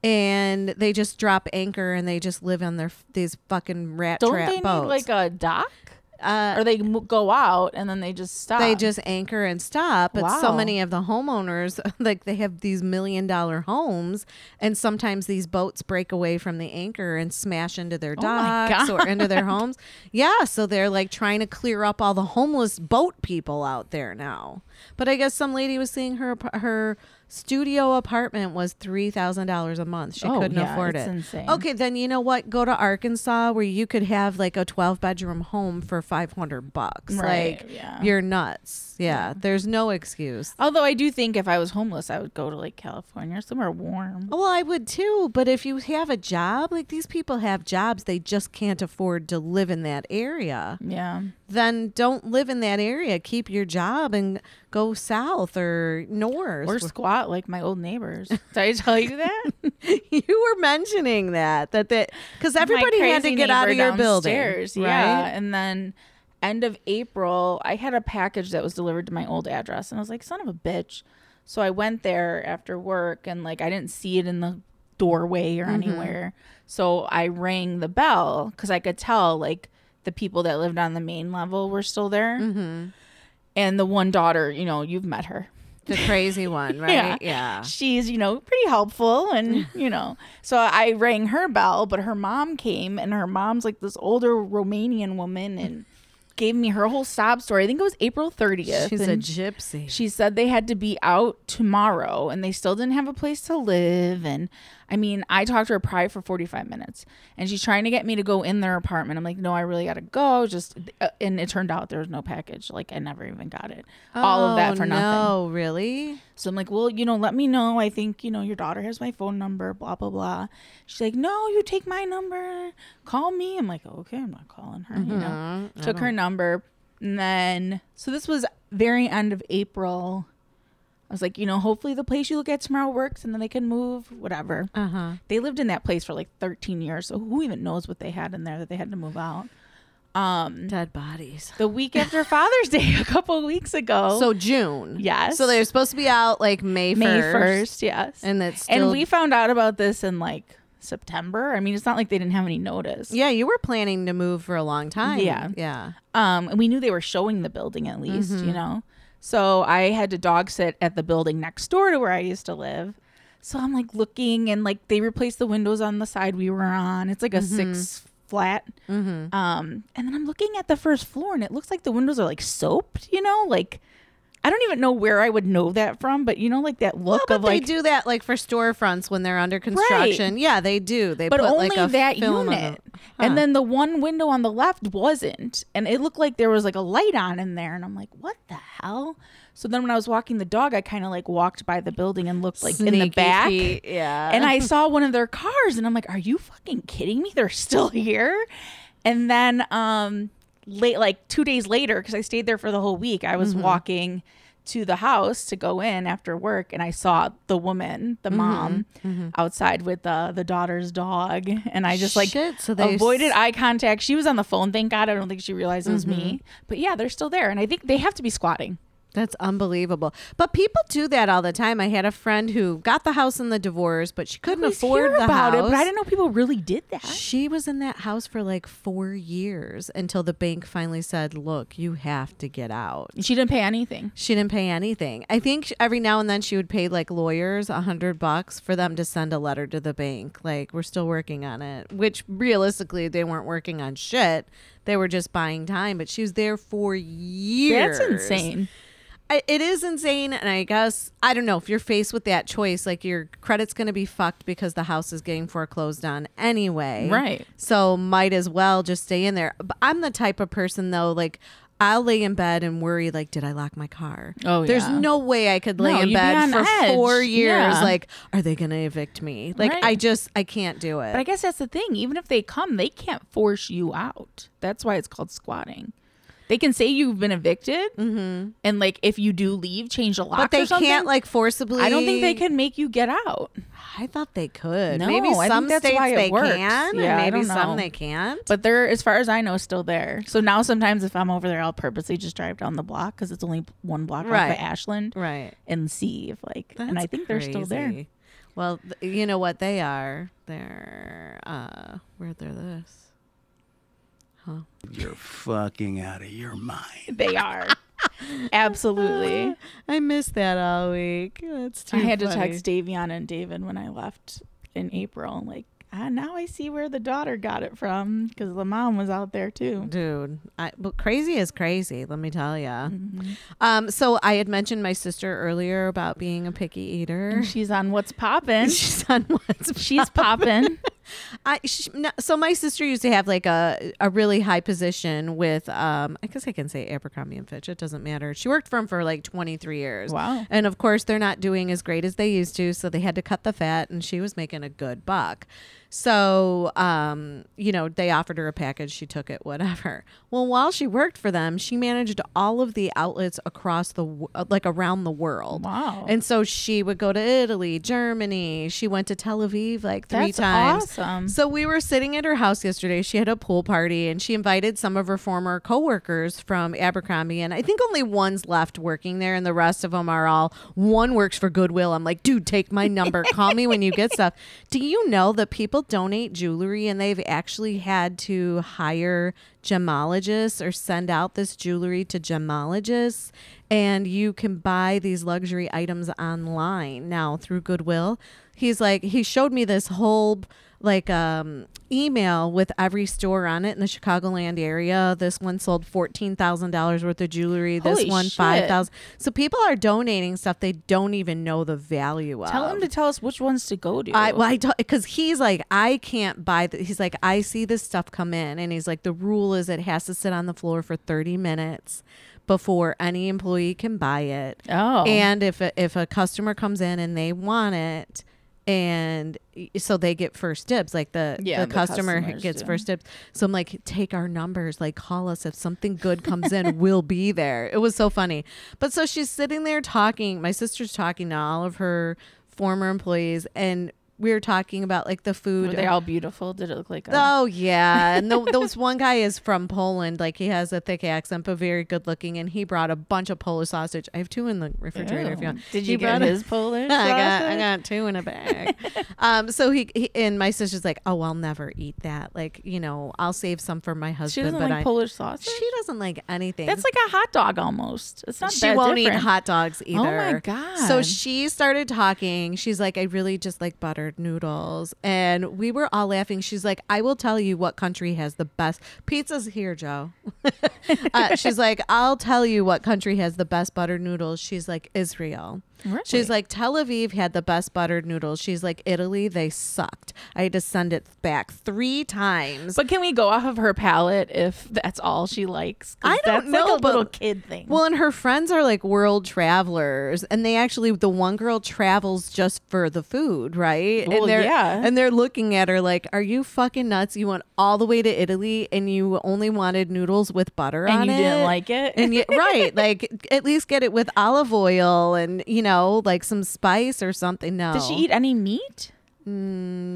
Speaker 4: and they just drop anchor and they just live on their f- these fucking rat
Speaker 3: Don't
Speaker 4: trap
Speaker 3: they need
Speaker 4: boats. Uh,
Speaker 3: like a dock? or they mo- go out and then they just stop.
Speaker 4: They just anchor and stop. But so
Speaker 3: Wow.
Speaker 4: many of the homeowners, like they have these million dollar homes, and sometimes these boats break away from the anchor and smash into their
Speaker 3: Oh my
Speaker 4: docks or into their homes. Yeah, so they're like trying to clear up all the homeless boat people out there now. But I guess some lady was saying her ap- her studio apartment was three thousand dollars a month. She
Speaker 3: Oh,
Speaker 4: couldn't
Speaker 3: yeah,
Speaker 4: afford
Speaker 3: it's
Speaker 4: it.
Speaker 3: insane.
Speaker 4: Okay, then you know what? Go to Arkansas where you could have like a twelve bedroom home for five hundred bucks.
Speaker 3: Right,
Speaker 4: like
Speaker 3: yeah.
Speaker 4: you're nuts. Yeah, there's no excuse.
Speaker 3: Although I do think if I was homeless, I would go to like California or somewhere warm.
Speaker 4: Well, I would too, but if you have a job, like these people have jobs, they just can't afford to live in that area.
Speaker 3: Yeah.
Speaker 4: Then don't live in that area. Keep your job and go south or north.
Speaker 3: Or squat like my old neighbors. Did I tell you that?
Speaker 4: you were mentioning that that that because
Speaker 3: my
Speaker 4: everybody had to
Speaker 3: crazy
Speaker 4: get out of
Speaker 3: neighbor
Speaker 4: your building,
Speaker 3: downstairs, Yeah. And then end of April, I had a package that was delivered to my old address and I was like, son of a bitch. So I went there after work and like I didn't see it in the doorway or anywhere. So I rang the bell because I could tell like the people that lived on the main level were still there. And the one daughter, you know, you've met her.
Speaker 4: The crazy one, right? yeah.
Speaker 3: She's, you know, pretty helpful and, you know. So I rang her bell, but her mom came and her mom's like this older Romanian woman and gave me her whole sob story. I think it was April 30th.
Speaker 4: She's a
Speaker 3: and
Speaker 4: gypsy.
Speaker 3: She said they had to be out tomorrow and they still didn't have a place to live. And I mean, I talked to her probably for 45 minutes and she's trying to get me to go in their apartment. I'm like, no, I really got to go. Just, uh, and it turned out there was no package. Like, I never even got it. All of that for nothing.
Speaker 4: Oh, No, really?
Speaker 3: So I'm like, well, you know, let me know. I think, you know, your daughter has my phone number, blah, blah, blah. She's like, no, you take my number. Call me. I'm like, okay, I'm not calling her. You know,
Speaker 4: Mm-hmm.
Speaker 3: took her number. And then, so this was very end of April. I was like, you know, hopefully the place you look at tomorrow works and then they can move, whatever.
Speaker 4: Uh huh.
Speaker 3: They lived in that place for like 13 years. So who even knows what they had in there that they had to move out? Um,
Speaker 4: Dead bodies.
Speaker 3: the week after Father's Day, a couple of weeks ago.
Speaker 4: So June.
Speaker 3: Oh. Yes.
Speaker 4: So they're supposed to be out like May 1st.
Speaker 3: May 1st, yes.
Speaker 4: And that's
Speaker 3: and
Speaker 4: still-
Speaker 3: we found out about this in like September. I mean, it's not like they didn't have any notice.
Speaker 4: Yeah, you were planning to move for a long time.
Speaker 3: Yeah.
Speaker 4: Yeah.
Speaker 3: Um, and we knew they were showing the building at least,
Speaker 4: Mm-hmm.
Speaker 3: you know. So I had to dog sit at the building next door to where I used to live. So I'm like looking and like they replaced the windows on the side we were on. It's like a
Speaker 4: Mm-hmm.
Speaker 3: six flat. Um, and then I'm looking at the first floor and it looks like the windows are like soaped, you know, like I don't even know where I would know that from, but you know, like that look
Speaker 4: But
Speaker 3: of
Speaker 4: they
Speaker 3: like
Speaker 4: do that like for storefronts when they're under construction. Yeah, they do. They
Speaker 3: but
Speaker 4: put
Speaker 3: only
Speaker 4: like a
Speaker 3: that
Speaker 4: film on
Speaker 3: unit.
Speaker 4: it. Huh.
Speaker 3: And then the one window on the left wasn't, and it looked like there was like a light on in there, and I'm like, what the hell? So then when I was walking the dog, I kind of like walked by the building and looked like in the
Speaker 4: Sneaky
Speaker 3: back.
Speaker 4: feet, yeah.
Speaker 3: And I saw one of their cars and I'm like, are you fucking kidding me? They're still here? And then um late like 2 days later cuz I stayed there for the whole week, I
Speaker 4: Mm-hmm.
Speaker 3: was walking to the house to go in after work and I saw the woman,
Speaker 4: Mm-hmm.
Speaker 3: the mom outside with the the daughter's dog and I just like
Speaker 4: Shit, so they
Speaker 3: avoided
Speaker 4: s-
Speaker 3: eye contact. She was on the phone, thank God. I don't think she realized it was me.
Speaker 4: Mm-hmm.
Speaker 3: But yeah, they're still there and I think they have to be squatting.
Speaker 4: That's unbelievable. But people do that all the time. I had a friend who got the house in the divorce, but she couldn't
Speaker 3: Always
Speaker 4: afford
Speaker 3: hear
Speaker 4: the
Speaker 3: about
Speaker 4: house.
Speaker 3: it, but I didn't know people really did that.
Speaker 4: She was in that house for like four years until the bank finally said, "Look, you have to get out."
Speaker 3: She didn't pay anything.
Speaker 4: She didn't pay anything. I think sh- every now and then she would pay like lawyers a hundred bucks for them to send a letter to the bank. Like we're still working on it, which realistically they weren't working on shit. They were just buying time. But she was there for years.
Speaker 3: That's insane.
Speaker 4: I- it is insane and i guess i don't know if you're faced with that choice like your credit's going to be fucked because the house is getting foreclosed on anyway
Speaker 3: Right.
Speaker 4: so might as well just stay in there but i'm the type of person though like I'll lay in bed and worry, like, did I lock my car?
Speaker 3: Oh,
Speaker 4: There's
Speaker 3: yeah.
Speaker 4: no way I could lay
Speaker 3: No, you'd
Speaker 4: in
Speaker 3: be
Speaker 4: bed
Speaker 3: on
Speaker 4: for
Speaker 3: edge.
Speaker 4: four years.
Speaker 3: Yeah.
Speaker 4: Like, are they going to evict me? Like,
Speaker 3: Right.
Speaker 4: I just, I can't do it.
Speaker 3: But I guess that's the thing. Even if they come, they can't force you out. That's why it's called squatting. They can say you've been evicted, and like if you do leave, change the locks.
Speaker 4: Mm-hmm. but they
Speaker 3: or something.
Speaker 4: can't, like, forcibly.
Speaker 3: I don't think they can make you get out.
Speaker 4: I thought they could.
Speaker 3: No,
Speaker 4: maybe
Speaker 3: I think
Speaker 4: some
Speaker 3: that's
Speaker 4: states
Speaker 3: why it
Speaker 4: they
Speaker 3: works.
Speaker 4: can,
Speaker 3: Yeah, I
Speaker 4: and maybe
Speaker 3: don't know.
Speaker 4: some they can't.
Speaker 3: But they're, as far as I know, still there. So now sometimes if I'm over there, I'll purposely just drive down the block because it's only one block off
Speaker 4: Right.
Speaker 3: of Ashland,
Speaker 4: right.
Speaker 3: and see if like. and I
Speaker 4: That's
Speaker 3: think they're still there.
Speaker 4: crazy. Well, th- you know what they are? They're uh where they're this.
Speaker 6: You're fucking out of your mind.
Speaker 3: They are absolutely.
Speaker 4: I missed that all week. That's too
Speaker 3: I had to text Davion and David when I left in April. and Like, ah, now I see where the daughter got it from because the mom was out there too.
Speaker 4: dude I, but crazy is crazy let me tell you
Speaker 3: Mm. Mm-hmm.
Speaker 4: um so i had mentioned my sister earlier about being a picky eater
Speaker 3: And she's on what's poppin'.
Speaker 4: she's on what's
Speaker 3: She's poppin'.
Speaker 4: I sh- no, so my sister used to have like a a really high position with um I guess I can say Abercrombie and Fitch it doesn't matter. She worked for them for like 23 years.
Speaker 3: Wow.
Speaker 4: And of course they're not doing as great as they used to so they had to cut the fat and she was making a good buck. So um you know they offered her a package she took it whatever. Well while she worked for them she managed all of the outlets across the w- uh, like around the world.
Speaker 3: Wow.
Speaker 4: And so she would go to Italy, Germany, she went to Tel Aviv like three
Speaker 3: That's
Speaker 4: times.
Speaker 3: awesome.
Speaker 4: So we were sitting at her house yesterday. She had a pool party and she invited some of her former coworkers from Abercrombie. And I think only one's left working there, and the rest of them are all one works for Goodwill. I'm like, dude, take my number. Call me when you get stuff. Do you know that people donate jewelry and they've actually had to hire gemologists or send out this jewelry to gemologists? and you can buy these luxury items online now through Goodwill. He's like he showed me this whole like um email with every store on it in the Chicagoland area. This one sold fourteen thousand dollars worth of jewelry. This
Speaker 3: Holy
Speaker 4: one
Speaker 3: shit.
Speaker 4: five thousand. So people are donating stuff they don't even know the value of.
Speaker 3: Tell him to tell us which ones to go to.
Speaker 4: I well, I don't because he's like I can't buy. The, he's like I see this stuff come in, and he's like the rule is it has to sit on the floor for thirty minutes before any employee can buy it.
Speaker 3: Oh.
Speaker 4: and if a, if a customer comes in and they want it, and y- so they get first dibs, like the
Speaker 3: Yeah,
Speaker 4: the,
Speaker 3: the
Speaker 4: customer
Speaker 3: customers
Speaker 4: gets
Speaker 3: do.
Speaker 4: first dibs. So I'm like, take our numbers, like call us if something good comes in, we'll be there. It was so funny. But so she's sitting there talking. My sister's talking to all of her former employees, and we were talking about like the food.
Speaker 3: Were they all beautiful? Did it look like a
Speaker 4: Oh yeah, and the, those one guy is from Poland. Like he has a thick accent, but very good looking. And he brought a bunch of Polish sausage. I have two in the refrigerator. If you want,
Speaker 3: Ew. Did
Speaker 4: He
Speaker 3: you get
Speaker 4: brought a-
Speaker 3: his Polish
Speaker 4: I got I
Speaker 3: sausage?
Speaker 4: got two in a bag. um, so he, he and my sister's like, oh, I'll never eat that. Like you know, I'll save some for my husband.
Speaker 3: She doesn't
Speaker 4: but
Speaker 3: like
Speaker 4: I,
Speaker 3: Polish sausage.
Speaker 4: She doesn't like anything.
Speaker 3: That's like a hot dog almost. It's not.
Speaker 4: she
Speaker 3: that
Speaker 4: won't eat
Speaker 3: different.
Speaker 4: hot dogs either.
Speaker 3: Oh my
Speaker 4: So
Speaker 3: God.
Speaker 4: she started talking. She's like, I really just like buttered noodles, and we were all laughing. She's like, I will tell you what country has the best pizzas here, Joe. uh, she's like, I'll tell you what country has the best buttered noodles. She's like, Israel. She's like, Tel Aviv had the best buttered noodles. She's like, Italy, they sucked. I had to send it back three times.
Speaker 3: But can we go off of her palate if that's all she likes? 'Cause
Speaker 4: I
Speaker 3: that's
Speaker 4: don't know,
Speaker 3: Like a little
Speaker 4: but-
Speaker 3: kid thing.
Speaker 4: Well, and her friends are like world travelers, and they actually the one girl travels just for the food, right?
Speaker 3: Well,
Speaker 4: and they're
Speaker 3: yeah.
Speaker 4: and they're looking at her like, "Are you fucking nuts? You went all the way to Italy, and you only wanted noodles with butter
Speaker 3: And
Speaker 4: on
Speaker 3: you
Speaker 4: it,
Speaker 3: didn't like it?"
Speaker 4: and you, right, like at least get it with olive oil and you know like some spice or something." No,
Speaker 3: Does she eat any meat?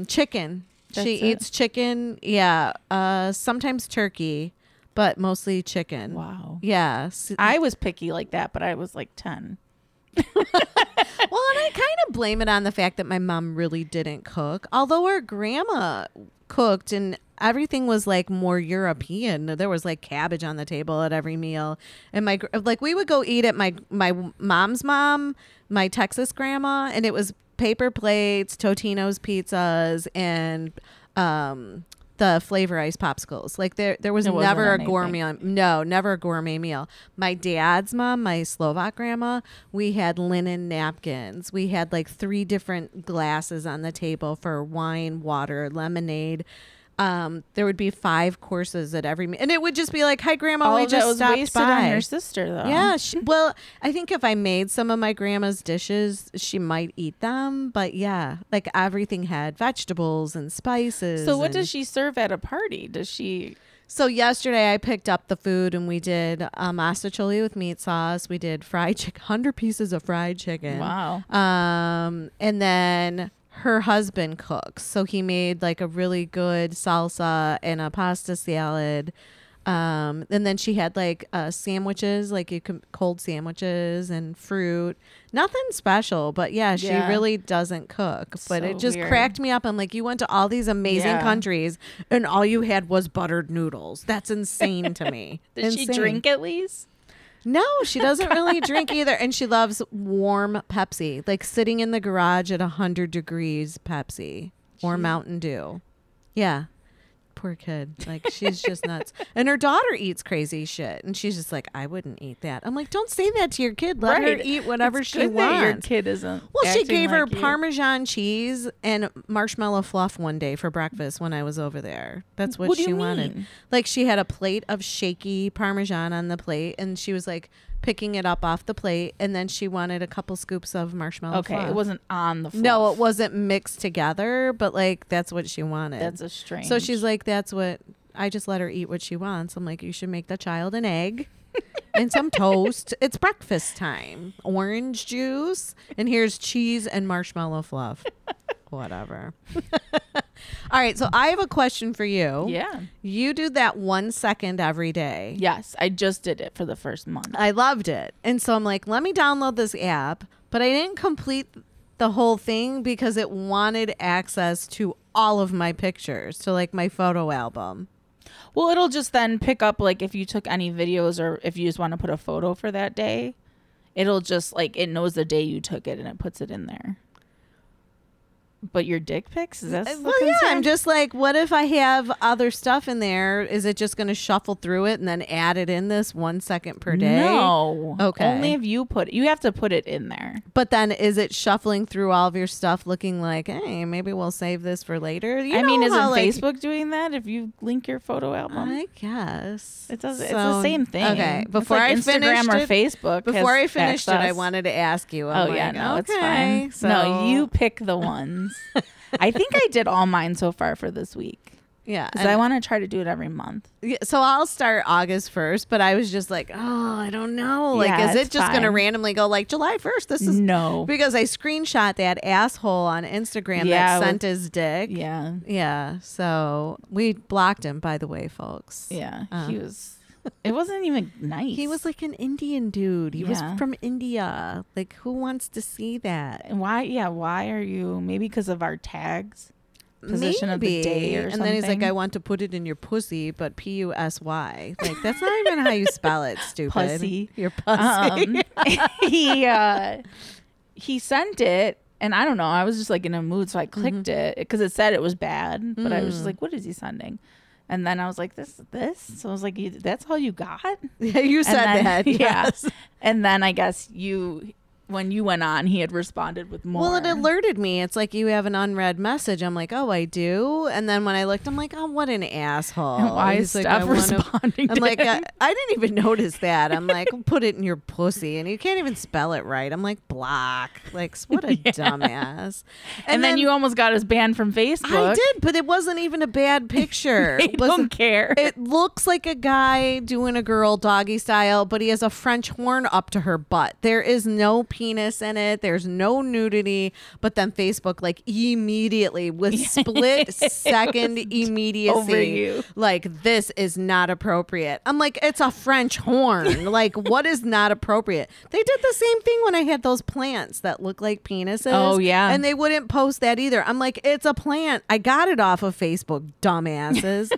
Speaker 4: chicken?
Speaker 3: That's
Speaker 4: she
Speaker 3: it.
Speaker 4: eats chicken, yeah, uh, sometimes turkey, but mostly chicken.
Speaker 3: Wow.
Speaker 4: yeah. s-
Speaker 3: I was picky like that, but I was like ten.
Speaker 4: Well, and I kind of blame it on the fact that my mom really didn't cook, although her grandma cooked and everything was like more European. There was like cabbage on the table at every meal, and my gr- like we would go eat at my my mom's mom, my Texas grandma, and it was paper plates, Totino's pizzas, and um. The flavor ice popsicles, like there, there was
Speaker 3: It wasn't
Speaker 4: never a
Speaker 3: anything.
Speaker 4: gourmet meal. No, never a gourmet meal. My dad's mom, my Slovak grandma, we had linen napkins. We had like three different glasses on the table for wine, water, lemonade. Um, there would be five courses at every meal, and it would just be like, "Hi, grandma,
Speaker 3: All
Speaker 4: we
Speaker 3: of Oh, that
Speaker 4: just
Speaker 3: was
Speaker 4: stopped
Speaker 3: wasted
Speaker 4: by."
Speaker 3: on your sister, though.
Speaker 4: Yeah. She, well, I think if I made some of my grandma's dishes, she might eat them. But yeah, like everything had vegetables and spices.
Speaker 3: So what
Speaker 4: and-
Speaker 3: does she serve at a party? Does she?
Speaker 4: so yesterday I picked up the food and we did um, masticholi with meat sauce. We did fried chicken, hundred pieces of fried chicken.
Speaker 3: Wow.
Speaker 4: Um, and then her husband cooks, so he made like a really good salsa and a pasta salad. Um, and then she had like uh, sandwiches, like you can cold sandwiches and fruit. Nothing special, but yeah, she
Speaker 3: Yeah.
Speaker 4: really doesn't cook. But it
Speaker 3: So
Speaker 4: just
Speaker 3: weird.
Speaker 4: cracked me up. I'm like, you went to all these amazing
Speaker 3: Yeah.
Speaker 4: countries, and all you had was buttered noodles. That's insane to me.
Speaker 3: Does she
Speaker 4: Insane.
Speaker 3: drink at least?
Speaker 4: No, she doesn't really drink either, and she loves warm Pepsi, like sitting in the garage at hundred degrees Pepsi or Mountain Dew. Yeah, poor kid. Like she's just nuts, and her daughter eats crazy shit, and she's just like, I wouldn't eat that. I'm like, don't say that to your kid. Let her eat whatever
Speaker 3: It's
Speaker 4: she
Speaker 3: good that
Speaker 4: wants.
Speaker 3: Your kid isn't.
Speaker 4: Well, she
Speaker 3: acting
Speaker 4: gave her
Speaker 3: like you.
Speaker 4: Parmesan cheese and marshmallow fluff one day for breakfast when I was over there. That's what,
Speaker 3: What do
Speaker 4: she
Speaker 3: you
Speaker 4: wanted.
Speaker 3: mean?
Speaker 4: Like she had a plate of shaky Parmesan on the plate, and she was like picking it up off the plate, and then she wanted a couple scoops of marshmallow.
Speaker 3: Okay,
Speaker 4: fluff.
Speaker 3: it wasn't on the. Fluff.
Speaker 4: No, it wasn't mixed together, but like that's what she wanted.
Speaker 3: That's a strange.
Speaker 4: So she's like, that's what I just let her eat what she wants. I'm like, you should make the child an egg and some toast. It's breakfast time. Orange juice. And here's cheese and marshmallow fluff. Whatever. All right. So I have a question for you.
Speaker 3: Yeah.
Speaker 4: You do that one second every day.
Speaker 3: Yes, I just did it for the first month.
Speaker 4: I loved it. And so I'm like, let me download this app. But I didn't complete the whole thing because it wanted access to all of my pictures, to like my photo album.
Speaker 3: Well, it'll just then pick up like if you took any videos or if you just want to put a photo for that day. It'll just like it knows the day you took it and it puts it in there. But your dick pics is that
Speaker 4: Uh,
Speaker 3: still
Speaker 4: Well, yeah, I'm
Speaker 3: concerned?
Speaker 4: just like, what if I have other stuff in there? Is it just going to shuffle through it and then add it in this one second per day?
Speaker 3: No.
Speaker 4: Okay.
Speaker 3: Only if you put you have to put it in there.
Speaker 4: But then is it shuffling through all of your stuff looking like, hey, maybe we'll save this for later? You
Speaker 3: I mean,
Speaker 4: know
Speaker 3: isn't
Speaker 4: how, like-
Speaker 3: Facebook doing that? If you link your photo album,
Speaker 4: I guess.
Speaker 3: it does. it's
Speaker 4: So-
Speaker 3: the same thing.
Speaker 4: Okay.
Speaker 3: It's
Speaker 4: Before
Speaker 3: like
Speaker 4: I
Speaker 3: Instagram
Speaker 4: finished
Speaker 3: or
Speaker 4: it-
Speaker 3: Facebook. has
Speaker 4: Before I finished it, I
Speaker 3: access.
Speaker 4: wanted to ask you.
Speaker 3: Oh
Speaker 4: I'm
Speaker 3: yeah,
Speaker 4: like,
Speaker 3: no, it's
Speaker 4: okay,
Speaker 3: fine.
Speaker 4: So,
Speaker 3: No, you pick the ones. I think I did all mine so far for this week
Speaker 4: Yeah.
Speaker 3: because I want to try to do it every month.
Speaker 4: Yeah, so I'll start August 1st, but I was just like, oh, I don't know. Like,
Speaker 3: Yeah,
Speaker 4: is it
Speaker 3: it's
Speaker 4: just going to
Speaker 3: fine.
Speaker 4: randomly go like July 1st? This is
Speaker 3: No.
Speaker 4: Because I screenshot that asshole on Instagram
Speaker 3: Yeah,
Speaker 4: that
Speaker 3: with-
Speaker 4: sent his dick.
Speaker 3: Yeah,
Speaker 4: Yeah. So we blocked him, by the way, folks.
Speaker 3: yeah. he was. It wasn't even nice.
Speaker 4: Uh. He was like an Indian dude. He
Speaker 3: Yeah.
Speaker 4: was from India. Like, who wants to see that?
Speaker 3: why? Yeah, why are you? Maybe because of our tags, position of the day, or
Speaker 4: and
Speaker 3: something.
Speaker 4: then he's like, I want to put it in your pussy, but P U S Y. Like, that's not even how you spell it, stupid.
Speaker 3: Pussy.
Speaker 4: Your pussy.
Speaker 3: um, he uh, he sent it, and I don't know. I was just like in a mood, so I clicked it because it said it was bad, but I was just like, "What is he sending?" And then I was like, "This, this." So I was like, you, "That's all you got?" And
Speaker 4: Yeah, you said
Speaker 3: then-
Speaker 4: that. Yes.
Speaker 3: Yeah. And then I guess you, when you went on, he had responded with more.
Speaker 4: Well, it alerted me. It's like you have an unread message. I'm like, oh, I do. And then when I looked, I'm like, oh, what an asshole.
Speaker 3: And why
Speaker 4: He's
Speaker 3: is
Speaker 4: I
Speaker 3: Steph
Speaker 4: wanna-
Speaker 3: responding
Speaker 4: I'm
Speaker 3: to
Speaker 4: like, I,
Speaker 3: him?
Speaker 4: I didn't even notice that. I'm like, put it in your pussy, and you can't even spell it right. I'm like, block. Like, what a dumbass.
Speaker 3: And, then, you almost got us banned from Facebook.
Speaker 4: I did, but it wasn't even a bad picture.
Speaker 3: They
Speaker 4: It
Speaker 3: don't
Speaker 4: wasn't-
Speaker 3: care.
Speaker 4: It looks like a guy doing a girl doggy style, but he has a French horn up to her butt. There is no penis in it. There's no nudity. But then Facebook, like immediately with split second immediacy,
Speaker 3: over you.
Speaker 4: like this is not appropriate. I'm like, it's a French horn. like, what is not appropriate? They did the same thing when I had those plants that look like penises.
Speaker 3: Oh, yeah.
Speaker 4: and they wouldn't post that either. I'm like, it's a plant. I got it off of Facebook, dumbasses.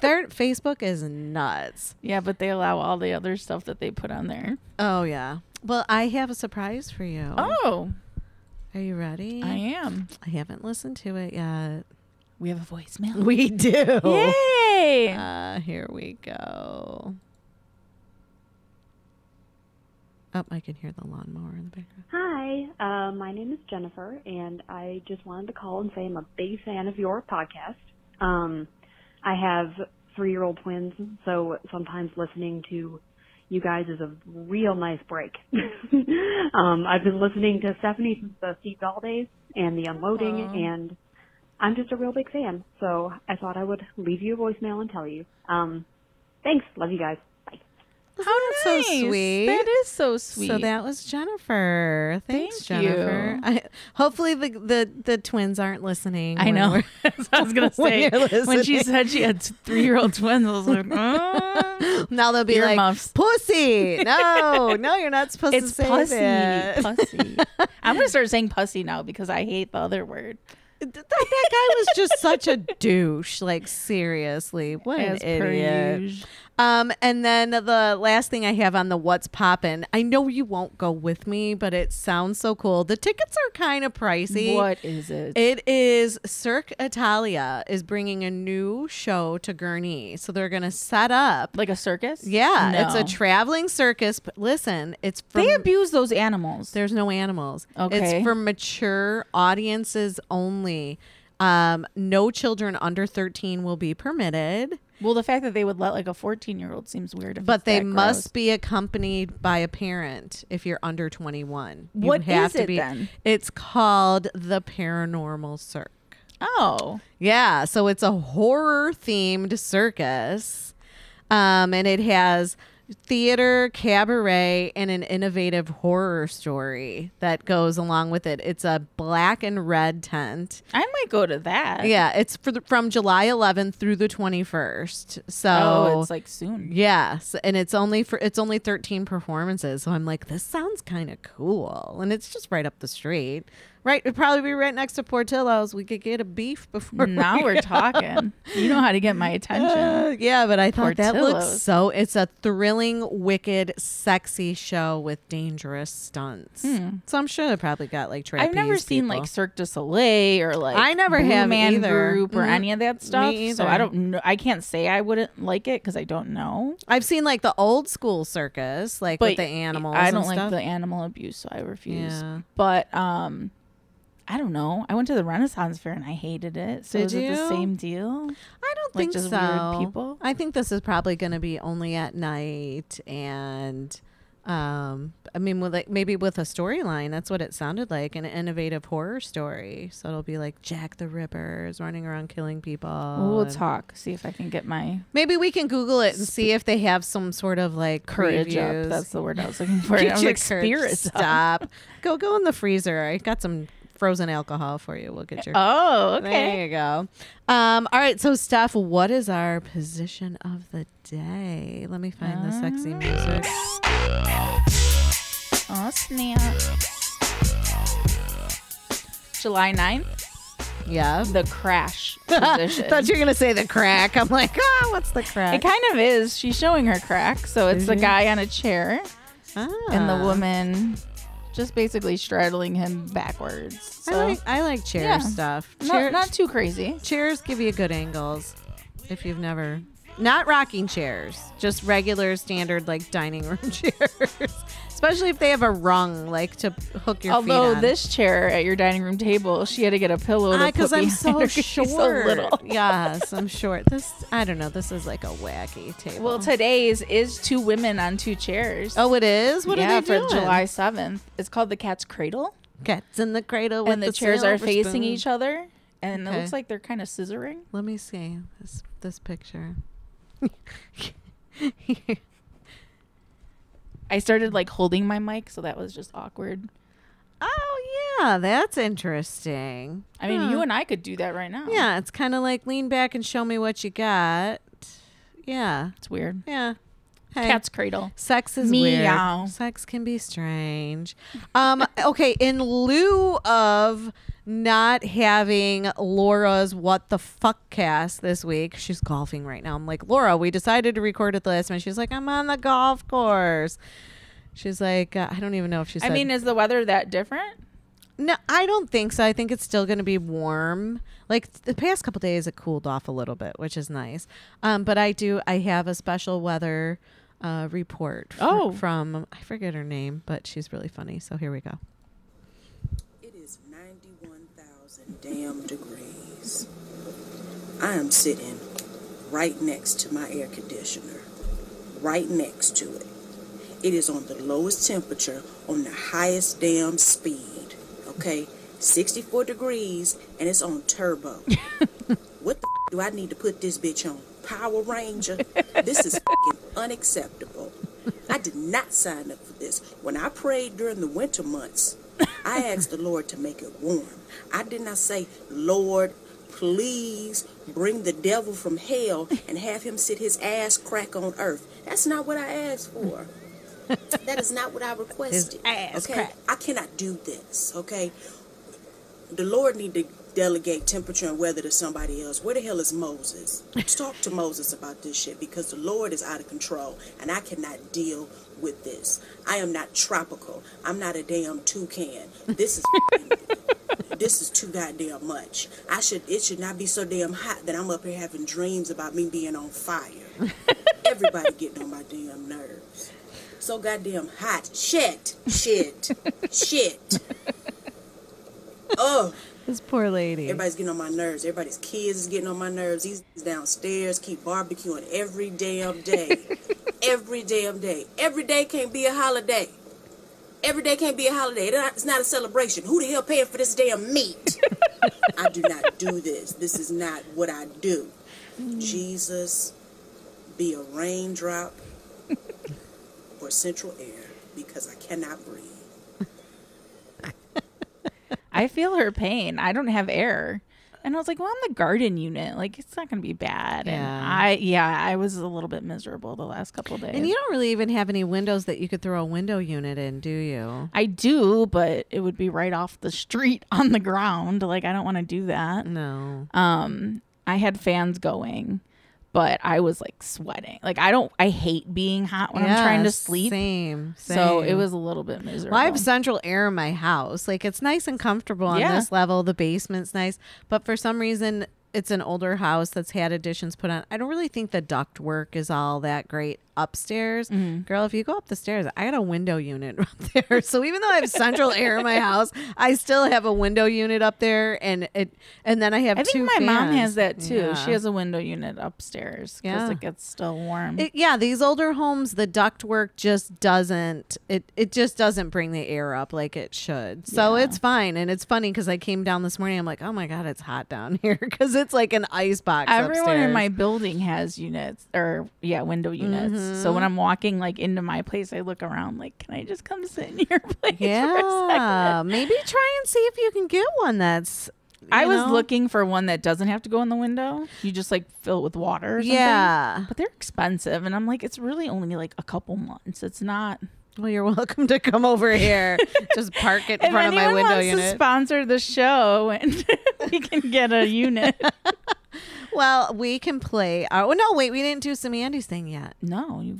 Speaker 4: Their Facebook is nuts.
Speaker 3: Yeah, but they allow all the other stuff that they put on there.
Speaker 4: Oh yeah. Well, I have a surprise for you.
Speaker 3: Oh,
Speaker 4: Are you ready?
Speaker 3: I am.
Speaker 4: I haven't listened to it yet.
Speaker 3: We have a voicemail.
Speaker 4: We do.
Speaker 3: Yay!
Speaker 4: Uh, here we go. Oh, I can hear the lawnmower in the background.
Speaker 7: Hi, uh, my name is Jennifer, and I just wanted to call and say I'm a big fan of your podcast. Um, I have three year old twins, so sometimes listening to you guys is a real nice break. um, I've been listening to Stephanie since the Steve Doll days and the unloading, and I'm just a real big fan. So I thought I would leave you a voicemail and tell you. Um, thanks. Love you guys. Bye.
Speaker 3: How
Speaker 4: that so sweet?
Speaker 3: That is so sweet.
Speaker 4: So that was Jennifer. Thanks,
Speaker 3: Thank
Speaker 4: Jennifer.
Speaker 3: you.
Speaker 4: I, hopefully the, the the twins aren't listening.
Speaker 3: I
Speaker 4: when
Speaker 3: know.
Speaker 4: we're-
Speaker 3: That's what I was gonna
Speaker 4: when
Speaker 3: say
Speaker 4: you're
Speaker 3: when, she
Speaker 4: listening.
Speaker 3: said she had three year old twins. I was like, "Uh."
Speaker 4: Now they'll be
Speaker 3: Earmuffs.
Speaker 4: like, "Pussy, no, no, you're not supposed
Speaker 3: it's
Speaker 4: to say
Speaker 3: pussy,
Speaker 4: that."
Speaker 3: pussy. I'm gonna start saying pussy now because I hate the other word.
Speaker 4: Th- that, that guy was just such a douche. Like seriously, what
Speaker 3: As
Speaker 4: an
Speaker 3: per
Speaker 4: idiot.
Speaker 3: usual.
Speaker 4: Um, and then the last thing I have on the what's poppin'. I know you won't go with me, but it sounds so cool. The tickets are kind of pricey.
Speaker 3: What is it?
Speaker 4: It is Cirque Italia is bringing a new show to Gurnee, so they're gonna set up.
Speaker 3: like a circus?
Speaker 4: Yeah, it's
Speaker 3: No.
Speaker 4: a traveling circus. But listen, it's from
Speaker 3: they abuse those animals.
Speaker 4: there's no animals.
Speaker 3: Okay.
Speaker 4: It's for mature audiences only. Um, no children under 13 will be permitted,
Speaker 3: well, the fact that they would let like a 14 year old seems weird. if it's
Speaker 4: but they
Speaker 3: that gross.
Speaker 4: must be accompanied by a parent if you're under 21. You
Speaker 3: What
Speaker 4: have
Speaker 3: is
Speaker 4: to
Speaker 3: it
Speaker 4: be,
Speaker 3: then?
Speaker 4: It's called the Paranormal Cirque.
Speaker 3: Oh,
Speaker 4: Yeah, so it's a horror themed circus. Um, and it has theater, cabaret, and an innovative horror story that goes along with it. It's a black and red tent.
Speaker 3: I might go to that.
Speaker 4: Yeah, it's for the, from July 11th through the 21st. So
Speaker 3: Oh, it's like soon.
Speaker 4: Yes, and it's only for it's only 13 performances. So I'm like this sounds kind of cool and it's just right up the street. Right, it'd probably be right next to Portillo's. We could get a beef before.
Speaker 3: now we're talking. You know how to get my attention.
Speaker 4: Uh, yeah, but I thought that looks
Speaker 3: Portillo's.
Speaker 4: so. It's a thrilling, wicked, sexy show with dangerous stunts. So I'm sure they probably got like trapeze.
Speaker 3: Hmm. I've never seen
Speaker 4: people.
Speaker 3: like Cirque du Soleil or like
Speaker 4: I never
Speaker 3: Blue
Speaker 4: have
Speaker 3: Man
Speaker 4: either.
Speaker 3: Group or
Speaker 4: Mm,
Speaker 3: any of that stuff.
Speaker 4: me
Speaker 3: So
Speaker 4: either.
Speaker 3: I don't know. I can't say I wouldn't like it because I don't know.
Speaker 4: I've seen like the old school circus, like
Speaker 3: But
Speaker 4: with the animals.
Speaker 3: I
Speaker 4: and
Speaker 3: don't like
Speaker 4: stuff.
Speaker 3: the animal abuse, so I refuse.
Speaker 4: Yeah.
Speaker 3: But um, I don't know. I went to the Renaissance fair and I hated it. So
Speaker 4: Did
Speaker 3: is it
Speaker 4: you?
Speaker 3: the same deal?
Speaker 4: I don't
Speaker 3: like,
Speaker 4: think
Speaker 3: just
Speaker 4: so.
Speaker 3: weird people?
Speaker 4: I think this is probably going to be only at night, and um, I mean, with like maybe with a storyline. That's what it sounded like—an innovative horror story. So it'll be like Jack the Ripper is running around killing people.
Speaker 3: we'll
Speaker 4: and-
Speaker 3: talk. See if I can get my
Speaker 4: Maybe we can Google it and see if they have some sort of like
Speaker 3: courage
Speaker 4: previews.
Speaker 3: up. That's the word I was looking for. I
Speaker 4: Get
Speaker 3: was
Speaker 4: your
Speaker 3: like,
Speaker 4: courage-
Speaker 3: spirits up.
Speaker 4: Stop. go go in the freezer. I got some frozen alcohol for you. We'll get your.
Speaker 3: Oh, okay.
Speaker 4: There you go. Um, all right, so Steph, what is our position of the day? Let me find the sexy
Speaker 3: Um,
Speaker 4: music.
Speaker 3: Oh, snap. July 9th,
Speaker 4: Yeah.
Speaker 3: the crash position.
Speaker 4: Thought you were gonna say the crack. I'm like, ah, what's the crack?
Speaker 3: it kind of is. She's showing her crack. So it's
Speaker 4: Mm-hmm.
Speaker 3: the guy on a chair
Speaker 4: Ah.
Speaker 3: and the woman just basically straddling him backwards.
Speaker 4: I
Speaker 3: So
Speaker 4: like I like chair
Speaker 3: Yeah.
Speaker 4: stuff.
Speaker 3: not,
Speaker 4: Chair,
Speaker 3: not too crazy.
Speaker 4: chairs give you good angles if you've never. Not rocking chairs, just regular standard like dining room chairs. Especially if they have a rung like to hook your feet
Speaker 3: Although
Speaker 4: on.
Speaker 3: Oh, this chair at your dining room table, she had to get a pillow to
Speaker 4: because
Speaker 3: put
Speaker 4: I'm
Speaker 3: behind her
Speaker 4: so
Speaker 3: 'cause she's
Speaker 4: short.
Speaker 3: so little.
Speaker 4: yes, I'm short. This I don't know. This is like a wacky table.
Speaker 3: Well, today's is two women on two chairs.
Speaker 4: oh, it is. What
Speaker 3: yeah,
Speaker 4: are they doing?
Speaker 3: for July 7th. It's called The Cat's Cradle.
Speaker 4: Cats in the cradle
Speaker 3: and the, chairs are facing
Speaker 4: each
Speaker 3: each other. And
Speaker 4: Okay.
Speaker 3: it looks like they're kind of scissoring.
Speaker 4: Let me see this this picture.
Speaker 3: I started like holding my mic, so that was just awkward.
Speaker 4: oh yeah, that's interesting.
Speaker 3: I mean, you and I could do that right now.
Speaker 4: Yeah, it's kind of like lean back and show me what you got. Yeah,
Speaker 3: It's weird.
Speaker 4: yeah. Hey.
Speaker 3: Cat's Cradle.
Speaker 4: Sex is
Speaker 3: Meow.
Speaker 4: weird. Sex can be strange. Um, okay, in lieu of not having Laura's what the fuck cast this week, she's golfing right now. I'm like, Laura, we decided to record it this, and she's like, I'm on the golf course. She's like, uh, I don't even know if she
Speaker 3: I
Speaker 4: said.
Speaker 3: mean, is the weather that different?
Speaker 4: no, I don't think so. I think it's still going to be warm. Like the past couple days, it cooled off a little bit, which is nice. Um, but I do, I have a special weather uh, report. fr-
Speaker 3: Oh.
Speaker 4: from I forget her name, but she's really funny. So here we go.
Speaker 8: It is 91,000 damn degrees. I am sitting right next to my air conditioner, right next to it. It is on the lowest temperature, on the highest damn speed. Okay? 64 degrees, and it's on turbo. what the f- do I need to put this bitch on? Power Ranger? This is fing unacceptable. I did not sign up for this. When I prayed during the winter months, I asked the Lord to make it warm. I did not say, Lord, please bring the devil from hell and have him sit his ass crack on earth. That's not what I asked for. That is not what I requested.
Speaker 4: ass
Speaker 8: okay,
Speaker 4: crack.
Speaker 8: I cannot do this. Okay, the Lord need to delegate temperature and weather to somebody else. Where the hell is Moses? Let's talk to Moses about this shit because the Lord is out of control and I cannot deal with this. I am not tropical. I'm not a damn toucan. This is this is too goddamn much. I should it should not be so damn hot that I'm up here having dreams about me being on fire. Everybody getting on my damn nerves. So goddamn hot. Shit. Shit. Shit. Oh,
Speaker 4: This poor lady.
Speaker 8: Everybody's getting on my nerves. Everybody's kids is getting on my nerves. These is downstairs keep barbecuing every damn day. every damn day. Every day can't be a holiday. Every day can't be a holiday. It- It's not a celebration. Who the hell paying for this damn meat? I do not do this. This is not what I do. Jesus, be a raindrop or central air because I cannot breathe.
Speaker 3: I feel her pain. I don't have air. And I was like, well, I'm the garden unit. Like, it's not going to be bad.
Speaker 4: Yeah.
Speaker 3: And I, yeah, I was a little bit miserable the last couple days.
Speaker 4: And you don't really even have any windows that you could throw a window unit in, do you?
Speaker 3: I do, but it would be right off the street on the ground. Like, I don't want to do that.
Speaker 4: No.
Speaker 3: Um, I had fans going, but I was like sweating. Like, I don't, I hate being hot when I'm trying to
Speaker 4: Yes,
Speaker 3: sleep.
Speaker 4: Same.
Speaker 3: So it
Speaker 4: same.
Speaker 3: was a little bit miserable.
Speaker 4: Well, I have central air in my house. Like it's nice and comfortable on
Speaker 3: Yeah.
Speaker 4: this level. The basement's nice, but for some reason, it's an older house that's had additions put on. I don't really think the duct work is all that great upstairs.
Speaker 3: Mm-hmm.
Speaker 4: Girl, if you go up the stairs, I got a window unit up there. So even though I have central air in my house, I still have a window unit up there, and it and then I have.
Speaker 3: I think
Speaker 4: two
Speaker 3: my mom
Speaker 4: fans.
Speaker 3: has that too.
Speaker 4: Yeah.
Speaker 3: She has a window unit upstairs because
Speaker 4: Yeah.
Speaker 3: it gets still warm.
Speaker 4: It, yeah, these older homes, the ductwork just doesn't it it just doesn't bring the air up like it should. So it's fine, and it's funny because I came down this morning. I'm like, oh my god, it's hot down here because it's like an ice box.
Speaker 3: Everyone in
Speaker 4: upstairs.
Speaker 3: my building has units or yeah, window units. So
Speaker 4: Mm-hmm.
Speaker 3: when I'm walking like into my place, I look around like, can I just come sit in your place for a
Speaker 4: yeah,
Speaker 3: second?
Speaker 4: maybe try and see if you can get one that's.
Speaker 3: I
Speaker 4: you
Speaker 3: was
Speaker 4: know?
Speaker 3: looking for one that doesn't have to go in the window. You just like fill it with water. Or something.
Speaker 4: Yeah.
Speaker 3: But they're expensive. And I'm like, it's really only like a couple months. It's not.
Speaker 4: Well, you're welcome to come over here. just park it in
Speaker 3: If
Speaker 4: front of my
Speaker 3: anyone
Speaker 4: window
Speaker 3: wants to
Speaker 4: unit.
Speaker 3: sponsor the show and we can get a unit.
Speaker 4: well, we can play. Our, oh no, wait, we didn't do some Andy's thing yet.
Speaker 3: No, you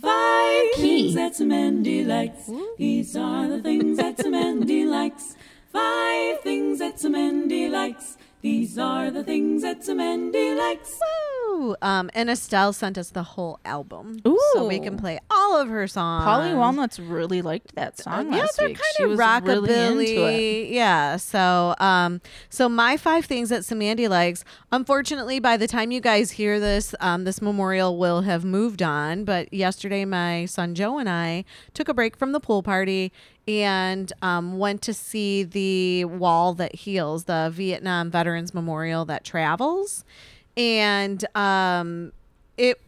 Speaker 2: Things that Mandy likes. These are the things that Mandy likes. Five things that Mandy likes. These are the things that Mandy likes.
Speaker 4: Woo! Um, and Estelle sent us the whole album, so we
Speaker 3: Ooh.
Speaker 4: can play all of her songs.
Speaker 3: Polly Walnuts really liked that song.
Speaker 4: Um, uh, yeah,
Speaker 3: last
Speaker 4: they're
Speaker 3: week. She
Speaker 4: kind of
Speaker 3: was really
Speaker 4: rockabilly.
Speaker 3: into it.
Speaker 4: Yeah. So, um, so my five things that Samandy likes. Unfortunately, by the time you guys hear this, um, this memorial will have moved on. But yesterday, my son Joe and I took a break from the pool party and um, went to see the wall that heals, the Vietnam Veterans Memorial that travels, and um, it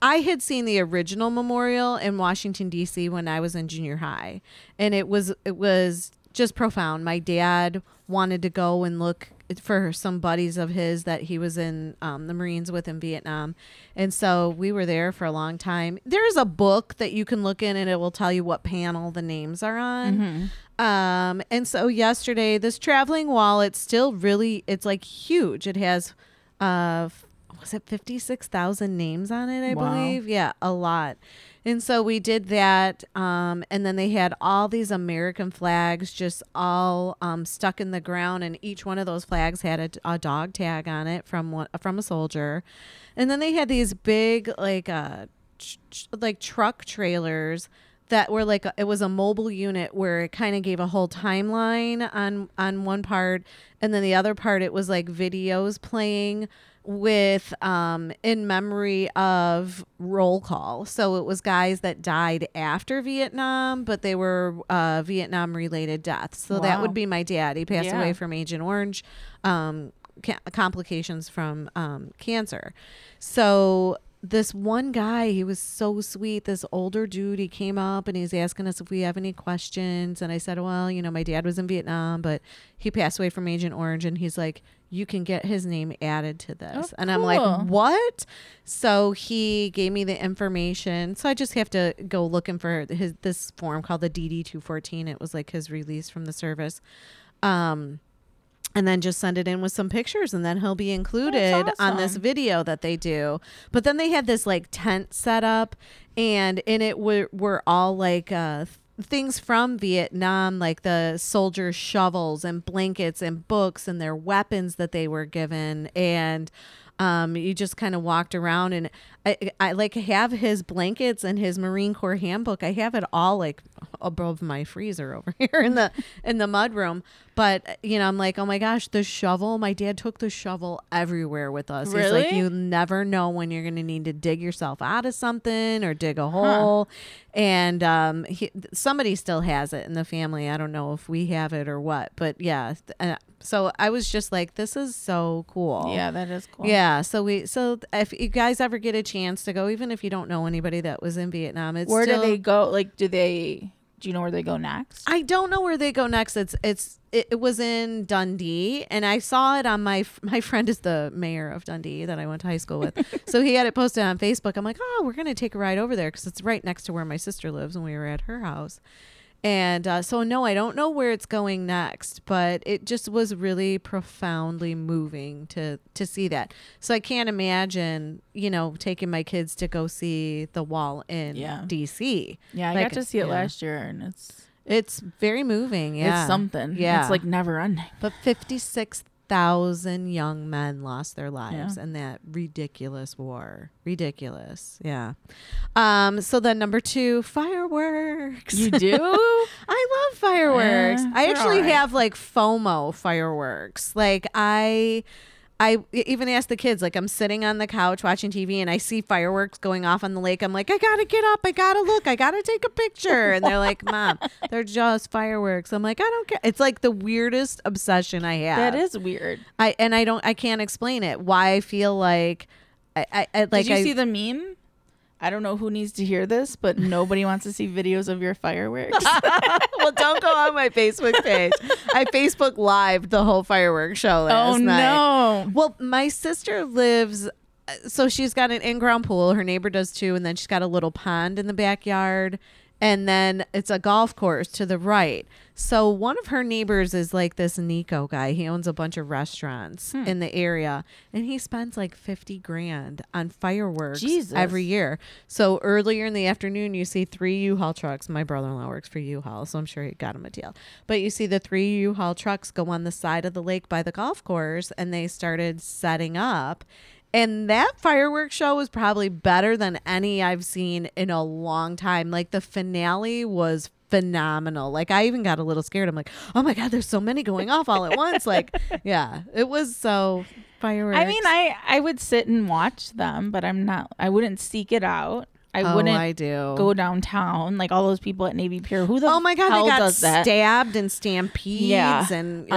Speaker 4: I had seen the original memorial in Washington D.C. when I was in junior high, and it was it was just profound. My dad wanted to go and look for some buddies of his that he was in um, the Marines with in Vietnam, and so we were there for a long time. There is a book that you can look in, and it will tell you what panel the names are on. Um, and so yesterday, this traveling wall, it's still really it's like huge. It has uh was it 56,000 names on it, I
Speaker 3: Wow.
Speaker 4: believe? Yeah, a lot. And so we did that. Um, and then they had all these American flags just all um, stuck in the ground. And each one of those flags had a, a dog tag on it from one, from a soldier. And then they had these big, like, uh, tr- tr- like truck trailers that were like it was a mobile unit where it kind of gave a whole timeline on on one part and then the other part it was like videos playing with um in memory of roll call so it was guys that died after vietnam but they were uh vietnam related deaths so that
Speaker 3: Wow.
Speaker 4: would be my dad he passed
Speaker 3: Yeah.
Speaker 4: away from agent orange um ca- complications from um cancer so this one guy, he was so sweet. This older dude, he came up and he's asking us if we have any questions. And I said, Well, you know, my dad was in Vietnam, but he passed away from Agent Orange. And he's like, You can get his name added to this. and I'm
Speaker 3: Oh, cool.
Speaker 4: like, What? So he gave me the information. So I just have to go looking for his this form called the DD 214. It was like his release from the service. Um, and then just send it in with some pictures and then he'll be included on this
Speaker 3: awesome.
Speaker 4: video that they do but then they had this like tent set up and in it were, were all like uh things from vietnam like the soldier shovels and blankets and books and their weapons that they were given and um, you just kind of walked around and I, I like have his blankets and his Marine Corps handbook. I have it all like above my freezer over here in the in the mud room. But you know, I'm like, oh my gosh, the shovel. My dad took the shovel everywhere with us. He's like,
Speaker 3: Really?
Speaker 4: you never know when you're going to need to dig yourself out of something or dig a hole. And um, he, somebody still has it in the family. I don't know if we have it or what, but yeah. th- Uh, so I was just like, this is so cool.
Speaker 3: Yeah, that is cool.
Speaker 4: Yeah, so we so if you guys ever get a chance to go, even if you don't know anybody that was in Vietnam, it's
Speaker 3: Where
Speaker 4: still,
Speaker 3: do they go? Like, do they Do you know where they go next?
Speaker 4: I don't know where they go next. It's it's it, it was in Dundee, and I saw it on my my friend is the mayor of Dundee that I went to high school with, so he had it posted on Facebook. I'm like, oh, we're gonna take a ride over there because it's right next to where my sister lives, and we were at her house. And uh, so no, I don't know where it's going next, but it just was really profoundly moving to to see that. So I can't imagine, you know, taking my kids to go see the wall in
Speaker 3: Yeah.
Speaker 4: D.C.
Speaker 3: yeah, I
Speaker 4: Like,
Speaker 3: got to see it
Speaker 4: yeah.
Speaker 3: last year, and it's
Speaker 4: It's very moving. Yeah,
Speaker 3: it's something.
Speaker 4: Yeah,
Speaker 3: it's like never ending.
Speaker 4: but fifty six thousand young men lost their lives in that ridiculous war. Ridiculous. Yeah. Um. So then number two, fireworks.
Speaker 3: You do?
Speaker 4: I love fireworks.
Speaker 3: Eh,
Speaker 4: I
Speaker 3: they're
Speaker 4: actually
Speaker 3: alright.
Speaker 4: have like FOMO fireworks. Like I I e, even asked the kids like I'm sitting on the couch watching TV and I see fireworks going off on the lake. I'm like, "I got to get up. I got to look. I got to take a picture." And they're like, "Mom, they're just fireworks." I'm like, "I don't care." It's like the weirdest obsession I have.
Speaker 3: that is weird.
Speaker 4: I and I don't I can't explain it. Why I feel like I, I, I like
Speaker 3: Did you
Speaker 4: I
Speaker 3: see the meme? I don't know who needs to hear this, but nobody wants to see videos of your fireworks.
Speaker 4: well, don't go on my Facebook page. I Facebook lived the whole fireworks show last
Speaker 3: Oh,
Speaker 4: night.
Speaker 3: no.
Speaker 4: Well, my sister lives. So she's got an in-ground pool. Her neighbor does too, and then she's got a little pond in the backyard, and then it's a golf course to the right. So one of her neighbors is like this Nico guy. He owns a bunch of restaurants in the area, and he spends like fifty grand on fireworks
Speaker 3: Jesus.
Speaker 4: every year. So earlier in the afternoon, you see three U-Haul trucks. My brother-in-law works for U-Haul, so I'm sure he got him a deal. But you see the three U-Haul trucks go on the side of the lake by the golf course, and they started setting up. And that fireworks show was probably better than any I've seen in a long time. Like the finale was phenomenal. Like I even got a little scared. I'm like, oh my god, there's so many going off all at once. Like, yeah, it was so fireworks.
Speaker 3: I mean, I I would sit and watch them, but I'm not. I wouldn't seek it out. I
Speaker 4: Oh,
Speaker 3: wouldn't.
Speaker 4: I do.
Speaker 3: go downtown like all those people at Navy Pier. Who the
Speaker 4: Oh my god,
Speaker 3: hell
Speaker 4: they got
Speaker 3: does that?
Speaker 4: stabbed and stampedes
Speaker 3: Yeah.
Speaker 4: and oh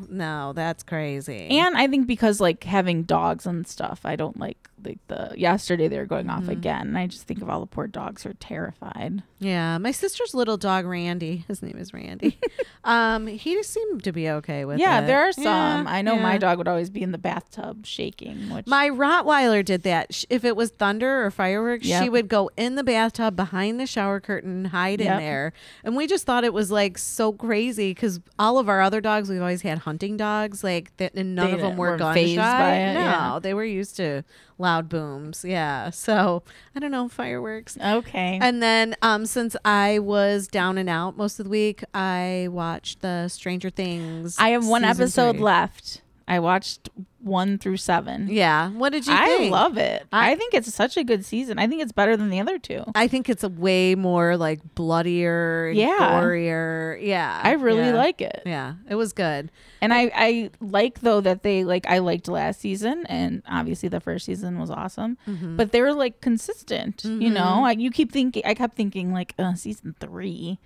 Speaker 3: Um,
Speaker 4: no, that's crazy.
Speaker 3: And I think because like having dogs and stuff, I don't like like the yesterday they were going
Speaker 4: Mm.
Speaker 3: off again. And I just think of all the poor dogs who are terrified.
Speaker 4: yeah, my sister's little dog Randy, his name is Randy. um, he just seemed to be okay with
Speaker 3: yeah,
Speaker 4: it.
Speaker 3: there are some.
Speaker 4: Yeah,
Speaker 3: I know my
Speaker 4: yeah.
Speaker 3: dog would always be in the bathtub shaking. Which
Speaker 4: My Rottweiler did that. Sh- If it was thunder or fireworks, she
Speaker 3: Yep.
Speaker 4: would go in the bathtub behind the shower curtain, hide in
Speaker 3: Yep.
Speaker 4: there. And we just thought it was like so crazy because all of our other dogs, we've always had hunting dogs, like that, and none
Speaker 3: They
Speaker 4: of them
Speaker 3: didn't-
Speaker 4: were,
Speaker 3: weren't
Speaker 4: gun
Speaker 3: fazed
Speaker 4: shy.
Speaker 3: by it,
Speaker 4: no,
Speaker 3: yeah.
Speaker 4: they were used to loud booms. Yeah, so I don't know fireworks.
Speaker 3: okay,
Speaker 4: And then, um, since I was down and out most of the week, I watched the Stranger Things.
Speaker 3: I have one
Speaker 4: season
Speaker 3: episode
Speaker 4: three.
Speaker 3: left. I watched one through seven.
Speaker 4: Yeah, what did you?
Speaker 3: I
Speaker 4: think?
Speaker 3: love it.
Speaker 4: I-
Speaker 3: I, think it's such a good season. I think it's better than the other two.
Speaker 4: I think it's a way more like bloodier, and
Speaker 3: Yeah.
Speaker 4: gorier. Yeah,
Speaker 3: I really
Speaker 4: yeah.
Speaker 3: like it.
Speaker 4: Yeah, it was good.
Speaker 3: And I, I like though that they like I liked last season and obviously the first season was awesome, but they were like consistent. You know, I, you keep thinking I kept thinking like uh, season three,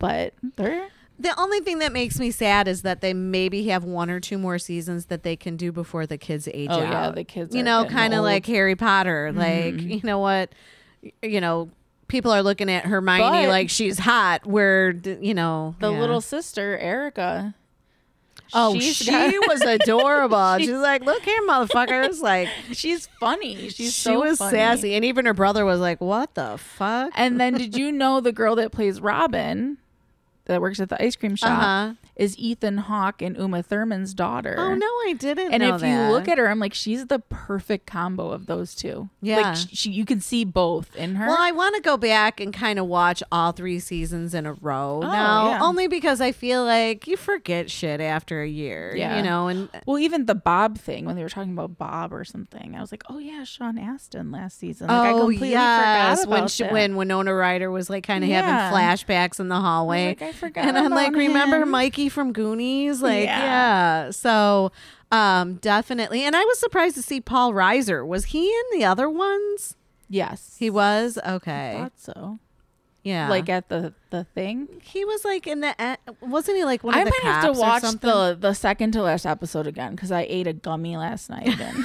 Speaker 3: but they're
Speaker 4: The only thing that makes me sad is that they maybe have one or two more seasons that they can do before the kids age
Speaker 3: Oh,
Speaker 4: out.
Speaker 3: yeah, the kids
Speaker 4: You
Speaker 3: are
Speaker 4: know,
Speaker 3: getting
Speaker 4: kind of
Speaker 3: old. Mm-hmm.
Speaker 4: like Harry Potter. Like, you know what? You know, people are looking at Hermione
Speaker 3: But-
Speaker 4: like she's hot. Where d- you know
Speaker 3: the
Speaker 4: yeah.
Speaker 3: little sister Erica.
Speaker 4: oh
Speaker 3: she's
Speaker 4: she
Speaker 3: got-
Speaker 4: was adorable. she's like, look here, motherfuckers. Like
Speaker 3: she's funny. She's
Speaker 4: she
Speaker 3: so
Speaker 4: was
Speaker 3: funny.
Speaker 4: sassy, and even her brother was like, what the fuck?
Speaker 3: And then did you know the girl that plays Robin, that works at the ice cream shop,
Speaker 4: Uh-huh.
Speaker 3: is Ethan Hawke and Uma Thurman's daughter?
Speaker 4: Oh no, I didn't.
Speaker 3: and
Speaker 4: know
Speaker 3: if
Speaker 4: that.
Speaker 3: you look at her, I'm like, she's the perfect combo of those two.
Speaker 4: Yeah.
Speaker 3: like sh- she, you can see both in her.
Speaker 4: well, I want to go back and kind of watch all three seasons in a row now,
Speaker 3: Oh, yeah.
Speaker 4: only because I feel like you forget shit after a year.
Speaker 3: Yeah.
Speaker 4: you know, and
Speaker 3: Well, even the Bob thing when they were talking about Bob or something, I was like, oh yeah, Sean Astin last season. Like, I
Speaker 4: oh
Speaker 3: completely
Speaker 4: yes,
Speaker 3: forgot about
Speaker 4: when she,
Speaker 3: that.
Speaker 4: when Winona Ryder was like kind of
Speaker 3: Yeah.
Speaker 4: having flashbacks in the hallway,
Speaker 3: like, I forgot
Speaker 4: and I'm
Speaker 3: about
Speaker 4: like, remember
Speaker 3: him."
Speaker 4: Mikey from Goonies? Like, yeah,
Speaker 3: Yeah.
Speaker 4: so. Um, definitely. And I was surprised to see Paul Reiser. Was he in the other ones?
Speaker 3: yes,
Speaker 4: He was? Okay.
Speaker 3: thought so.
Speaker 4: Yeah.
Speaker 3: Like at the the thing?
Speaker 4: He was like in the end. Wasn't he like one of
Speaker 3: I
Speaker 4: the
Speaker 3: might
Speaker 4: cops
Speaker 3: have to watch
Speaker 4: or something?
Speaker 3: the the second to last episode again because I ate a gummy last night.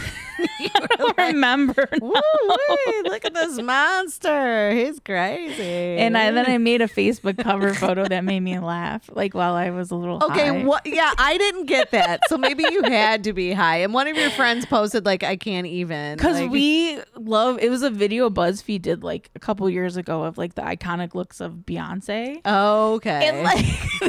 Speaker 3: And I don't remember.
Speaker 4: Woo,
Speaker 3: now.
Speaker 4: wee, look at this monster. He's crazy.
Speaker 3: And I, then I made a Facebook cover photo that made me laugh, like while I was a little high.
Speaker 4: Okay, what yeah, I didn't get that. So maybe you had to be high. And one of your friends posted like I can't even.
Speaker 3: Because
Speaker 4: Like,
Speaker 3: we love it was a video BuzzFeed did like a couple years ago of like the iconic looks of Beyonce.
Speaker 4: Okay.
Speaker 3: And like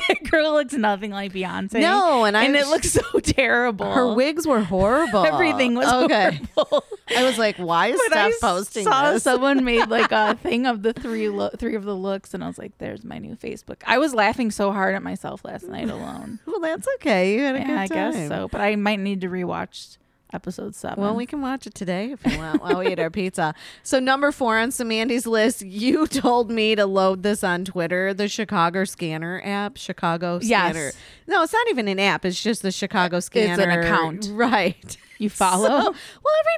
Speaker 3: that girl looks nothing like Beyonce.
Speaker 4: No, and I-
Speaker 3: it looks so terrible.
Speaker 4: her wigs were horrible.
Speaker 3: everything was
Speaker 4: okay.
Speaker 3: horrible.
Speaker 4: I was like, why is
Speaker 3: But I
Speaker 4: Steph posting
Speaker 3: saw
Speaker 4: this?
Speaker 3: someone made like a thing of the three lo- three of the looks, and I was like, "There's my new Facebook." I was laughing so hard at myself last night alone.
Speaker 4: well, that's okay. You had a good
Speaker 3: yeah, I guess
Speaker 4: time.
Speaker 3: so, but I might need to rewatch episode seven.
Speaker 4: Well, we can watch it today if we want while we eat our pizza. So, number four on Samandy's list, you told me to load this on Twitter, the Chicago Scanner app. Chicago
Speaker 3: Yes.
Speaker 4: Scanner. No, it's not even an app. It's just the Chicago Scanner.
Speaker 3: account.
Speaker 4: Right.
Speaker 3: you follow.
Speaker 4: So- well, every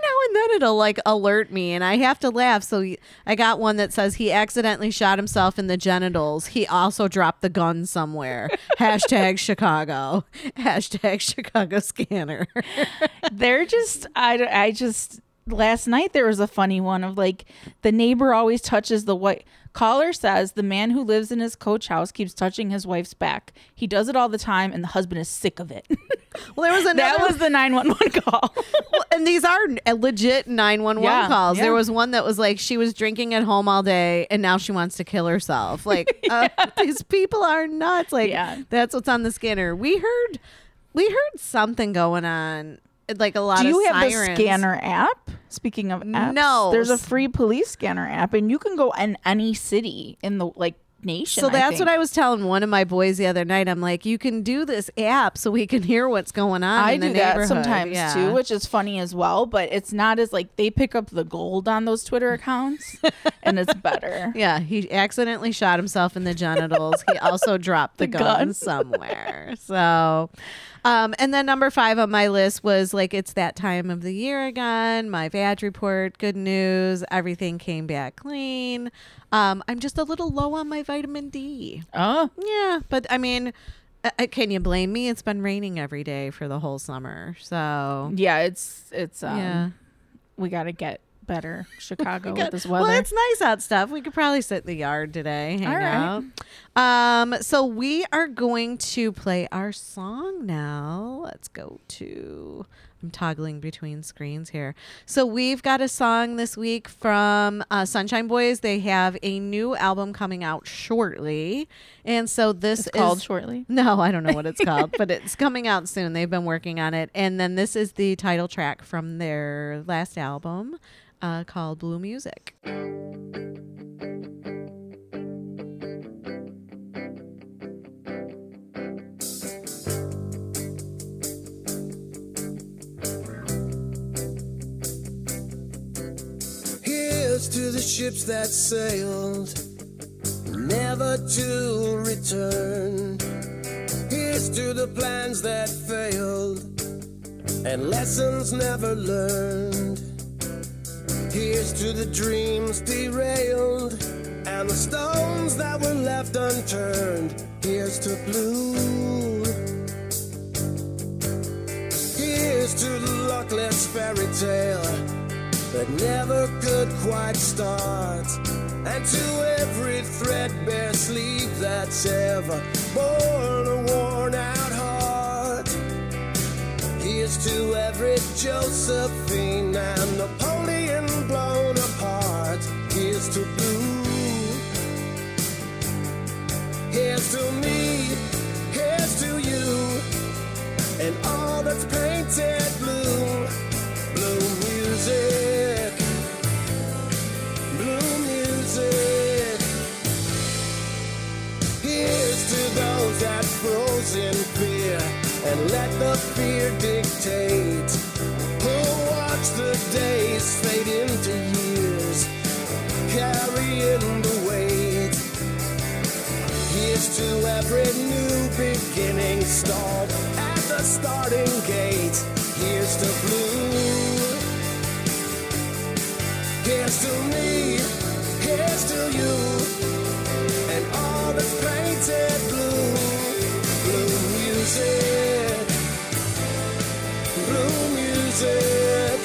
Speaker 4: now and then it'll like alert me, and I have to laugh. So y- I got one that says he accidentally shot himself in the genitals. He also dropped the gun somewhere. Hashtag Chicago. Hashtag Chicago scanner.
Speaker 3: They're just I I just last night there was a funny one of like the neighbor always touches the white caller says the man who lives in his coach house keeps touching his wife's back. He does it all the time and the husband is sick of it.
Speaker 4: Well, there was another.
Speaker 3: that was the 911 call.
Speaker 4: Well, and these are n- legit 911
Speaker 3: Yeah,
Speaker 4: calls.
Speaker 3: yeah.
Speaker 4: There was one that was like, she was drinking at home all day and now she wants to kill herself. Like, uh, these people are nuts. Like,
Speaker 3: Yeah.
Speaker 4: that's what's on the scanner. We heard, we heard something going on. Like a lot
Speaker 3: Do
Speaker 4: of
Speaker 3: you have
Speaker 4: sirens.
Speaker 3: the scanner app? Speaking of apps,
Speaker 4: No.
Speaker 3: there's a free police scanner app and you can go in any city in the like nation.
Speaker 4: So that's what
Speaker 3: think.
Speaker 4: I was telling one of my boys the other night. I'm like, you can do this app so we can hear what's going on.
Speaker 3: I
Speaker 4: in the
Speaker 3: do that
Speaker 4: neighborhood."
Speaker 3: sometimes
Speaker 4: Yeah.
Speaker 3: too, which is funny as well. But it's not as like they pick up the gold on those Twitter accounts, and it's better.
Speaker 4: Yeah, he accidentally shot himself in the genitals. he also dropped the, gun,
Speaker 3: gun.
Speaker 4: somewhere. So, um, and then number five on my list was like, it's that time of the year again. My badge report, good news. Everything came back clean. Um, I'm just a little low on my vitamin D.
Speaker 3: Oh,
Speaker 4: Yeah, but I mean, uh, uh, can you blame me? It's been raining every day for the whole summer. So,
Speaker 3: yeah, it's it's um,
Speaker 4: yeah.
Speaker 3: we got to get better Chicago with
Speaker 4: Good.
Speaker 3: this weather.
Speaker 4: Well, it's nice out stuff. We could probably sit in the yard today, hang
Speaker 3: All right.
Speaker 4: out. Um, so we are going to play our song now. Let's go to. I'm toggling between screens here. So we've got a song this week from uh, Sunshine Boys. They have a new album coming out shortly, and so this
Speaker 3: It's
Speaker 4: is
Speaker 3: called shortly.
Speaker 4: No, I don't know what it's called, but it's coming out soon. They've been working on it, and then this is the title track from their last album uh, called Blue Music.
Speaker 9: Here's to the ships that sailed, never to return. Here's to the plans that failed, and lessons never learned. Here's to the dreams derailed, and the stones that were left unturned. Here's to blue. Here's to the luckless fairy tale that never could quite start. And to every threadbare sleeve that's ever borne a worn out heart. Here's to every Josephine and Napoleon blown apart. Here's to blue. Here's to me. Here's to you. And all that's painted blue. Blue music. Blue music. Here's to those that froze in fear and let the fear dictate. Who watch the days fade into years, carrying the weight. Here's to every new beginning stalled at the starting gate. Here's to blue. Here's to me. Here's to you. And all that's painted blue, blue music, blue music.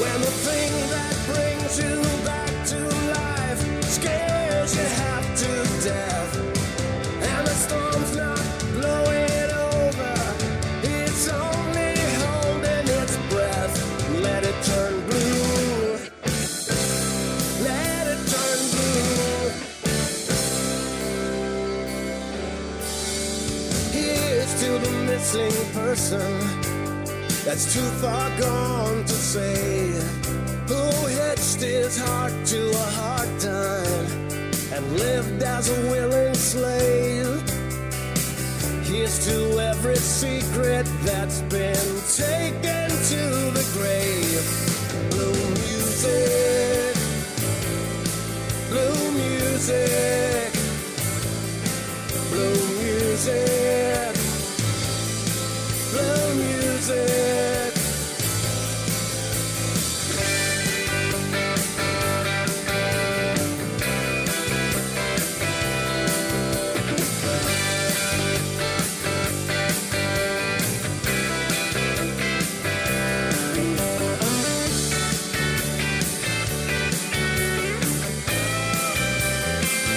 Speaker 9: When the thing that brings you back to life scares you half to death, and the storm's not blowing over, it's only holding its breath. Let it turn blue. Let it turn blue. Here's to the missing person that's too far gone to say. Who hitched his heart to a hard time and lived as a willing slave? Here's to every secret that's been taken to the grave. Blue music, blue music, blue music, blue music.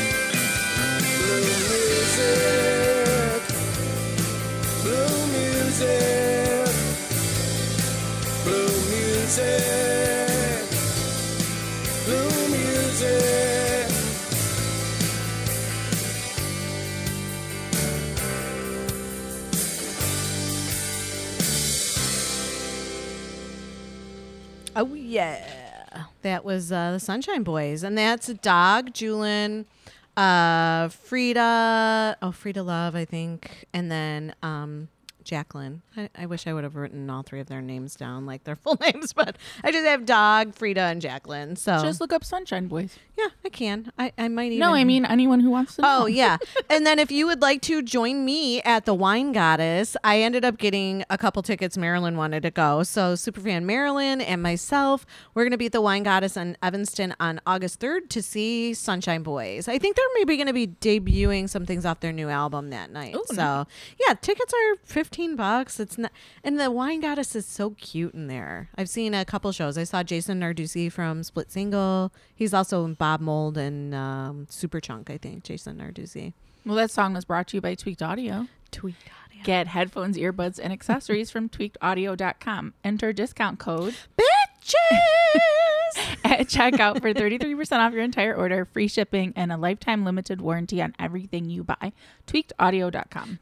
Speaker 9: Blue music, blue music, blue music, blue music.
Speaker 4: Oh yeah, that was uh, the Sunshine Boys, and that's Dog, Julian, uh, Frida, oh Frida Love, I think, and then um, Jacqueline. I, I wish I would have written all three of their names down, like their full names, but I just have Dog, Frida, and Jacqueline. So
Speaker 3: Just look up Sunshine Boys.
Speaker 4: yeah, I can. I I might even
Speaker 3: No, I mean anyone who wants to. Know.
Speaker 4: Oh yeah. and then if you would like to join me at the Wine Goddess, I ended up getting a couple tickets Marilyn wanted to go. So Superfan Marilyn and myself, we're gonna be at the Wine Goddess in Evanston on August third to see Sunshine Boys. I think they're maybe gonna be debuting some things off their new album that night. so yeah, tickets are fifteen bucks. It's not and the Wine Goddess is so cute in there. I've seen a couple shows. I saw Jason Narduzzi from Split Single. He's also in Bob Mold and um, Super Chunk, I think. Jason Narduzzi.
Speaker 3: Well, that song was brought to you by Tweaked Audio.
Speaker 4: Tweet audio.
Speaker 3: Get headphones, earbuds, and accessories from tweakedaudio.com. Enter discount code
Speaker 4: Bitches!
Speaker 3: at checkout for 33% off your entire order, free shipping, and a lifetime limited warranty on everything you buy. Tweakedaudio.com.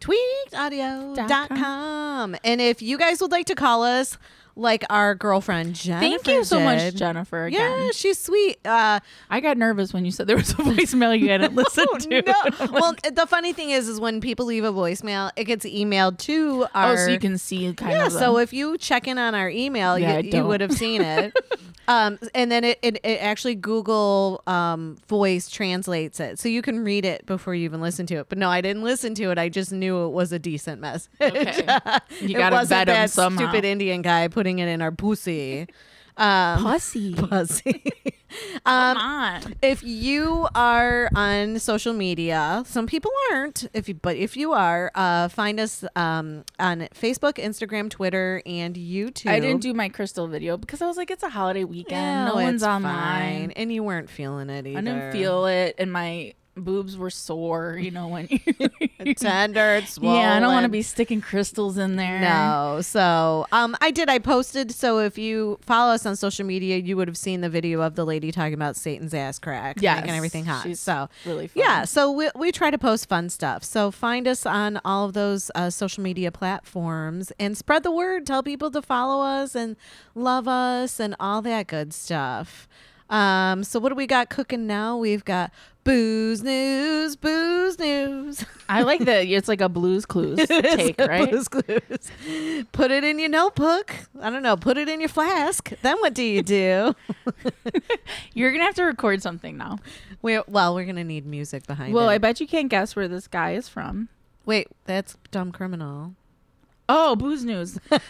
Speaker 4: tweetaudio.com. And if you guys would like to call us, like our girlfriend Jennifer.
Speaker 3: Thank you so much,
Speaker 4: did.
Speaker 3: Jennifer. Again.
Speaker 4: Yeah, she's sweet. Uh,
Speaker 3: I got nervous when you said there was a voicemail you hadn't listened to.
Speaker 4: Oh,
Speaker 3: Oh,
Speaker 4: no. Well, the funny thing is, is when people leave a voicemail, it gets emailed to our.
Speaker 3: oh, so you can see kind
Speaker 4: yeah,
Speaker 3: of. the-
Speaker 4: so if you check in on our email,
Speaker 3: Yeah, I
Speaker 4: you, you
Speaker 3: don't.
Speaker 4: would have seen it. um, and then it, it, it actually Google um, voice translates it. So you can read it before you even listen to it. But no, I didn't listen to it. I just knew it was a decent message.
Speaker 3: Okay. You
Speaker 4: it
Speaker 3: gotta
Speaker 4: wasn't
Speaker 3: vet 'em
Speaker 4: that
Speaker 3: somehow.
Speaker 4: stupid Indian guy putting it in our pussy. Um,
Speaker 3: Pussy.
Speaker 4: pussy.
Speaker 3: Come
Speaker 4: Um,
Speaker 3: on.
Speaker 4: if you are on social media, some people aren't. If you, but if you are, uh, find us um, on Facebook, Instagram, Twitter, and YouTube.
Speaker 3: I didn't do my crystal video because I was like, it's a holiday weekend. No,
Speaker 4: it's
Speaker 3: one's
Speaker 4: fine.
Speaker 3: online.
Speaker 4: and you weren't feeling it either.
Speaker 3: I didn't feel it, and my boobs were sore. You know when. yeah,
Speaker 4: tender. It's
Speaker 3: I don't want to
Speaker 4: swollen.
Speaker 3: be sticking crystals in there.
Speaker 4: No, so um, I did. I posted. So if you follow us on social media, you would have seen the video of the lady talking about Satan's ass crack,
Speaker 3: Yes.
Speaker 4: making everything hot.
Speaker 3: She's
Speaker 4: so
Speaker 3: really fun.
Speaker 4: yeah. So we we try to post fun stuff. So find us on all of those uh, social media platforms and spread the word. Tell people to follow us and love us and all that good stuff. Um, so what do we got cooking now? We've got booze news, booze news.
Speaker 3: I like that. It's like a Blues Clues take, right?
Speaker 4: Blue's Clues. Put it in your notebook. I don't know. Put it in your flask. Then what do you do?
Speaker 3: You're gonna have to record something now.
Speaker 4: we're, well, we're gonna need music behind
Speaker 3: Well,
Speaker 4: it.
Speaker 3: I bet you can't guess where this guy is from.
Speaker 4: Wait, that's dumb criminal.
Speaker 3: Oh, booze news.
Speaker 4: well,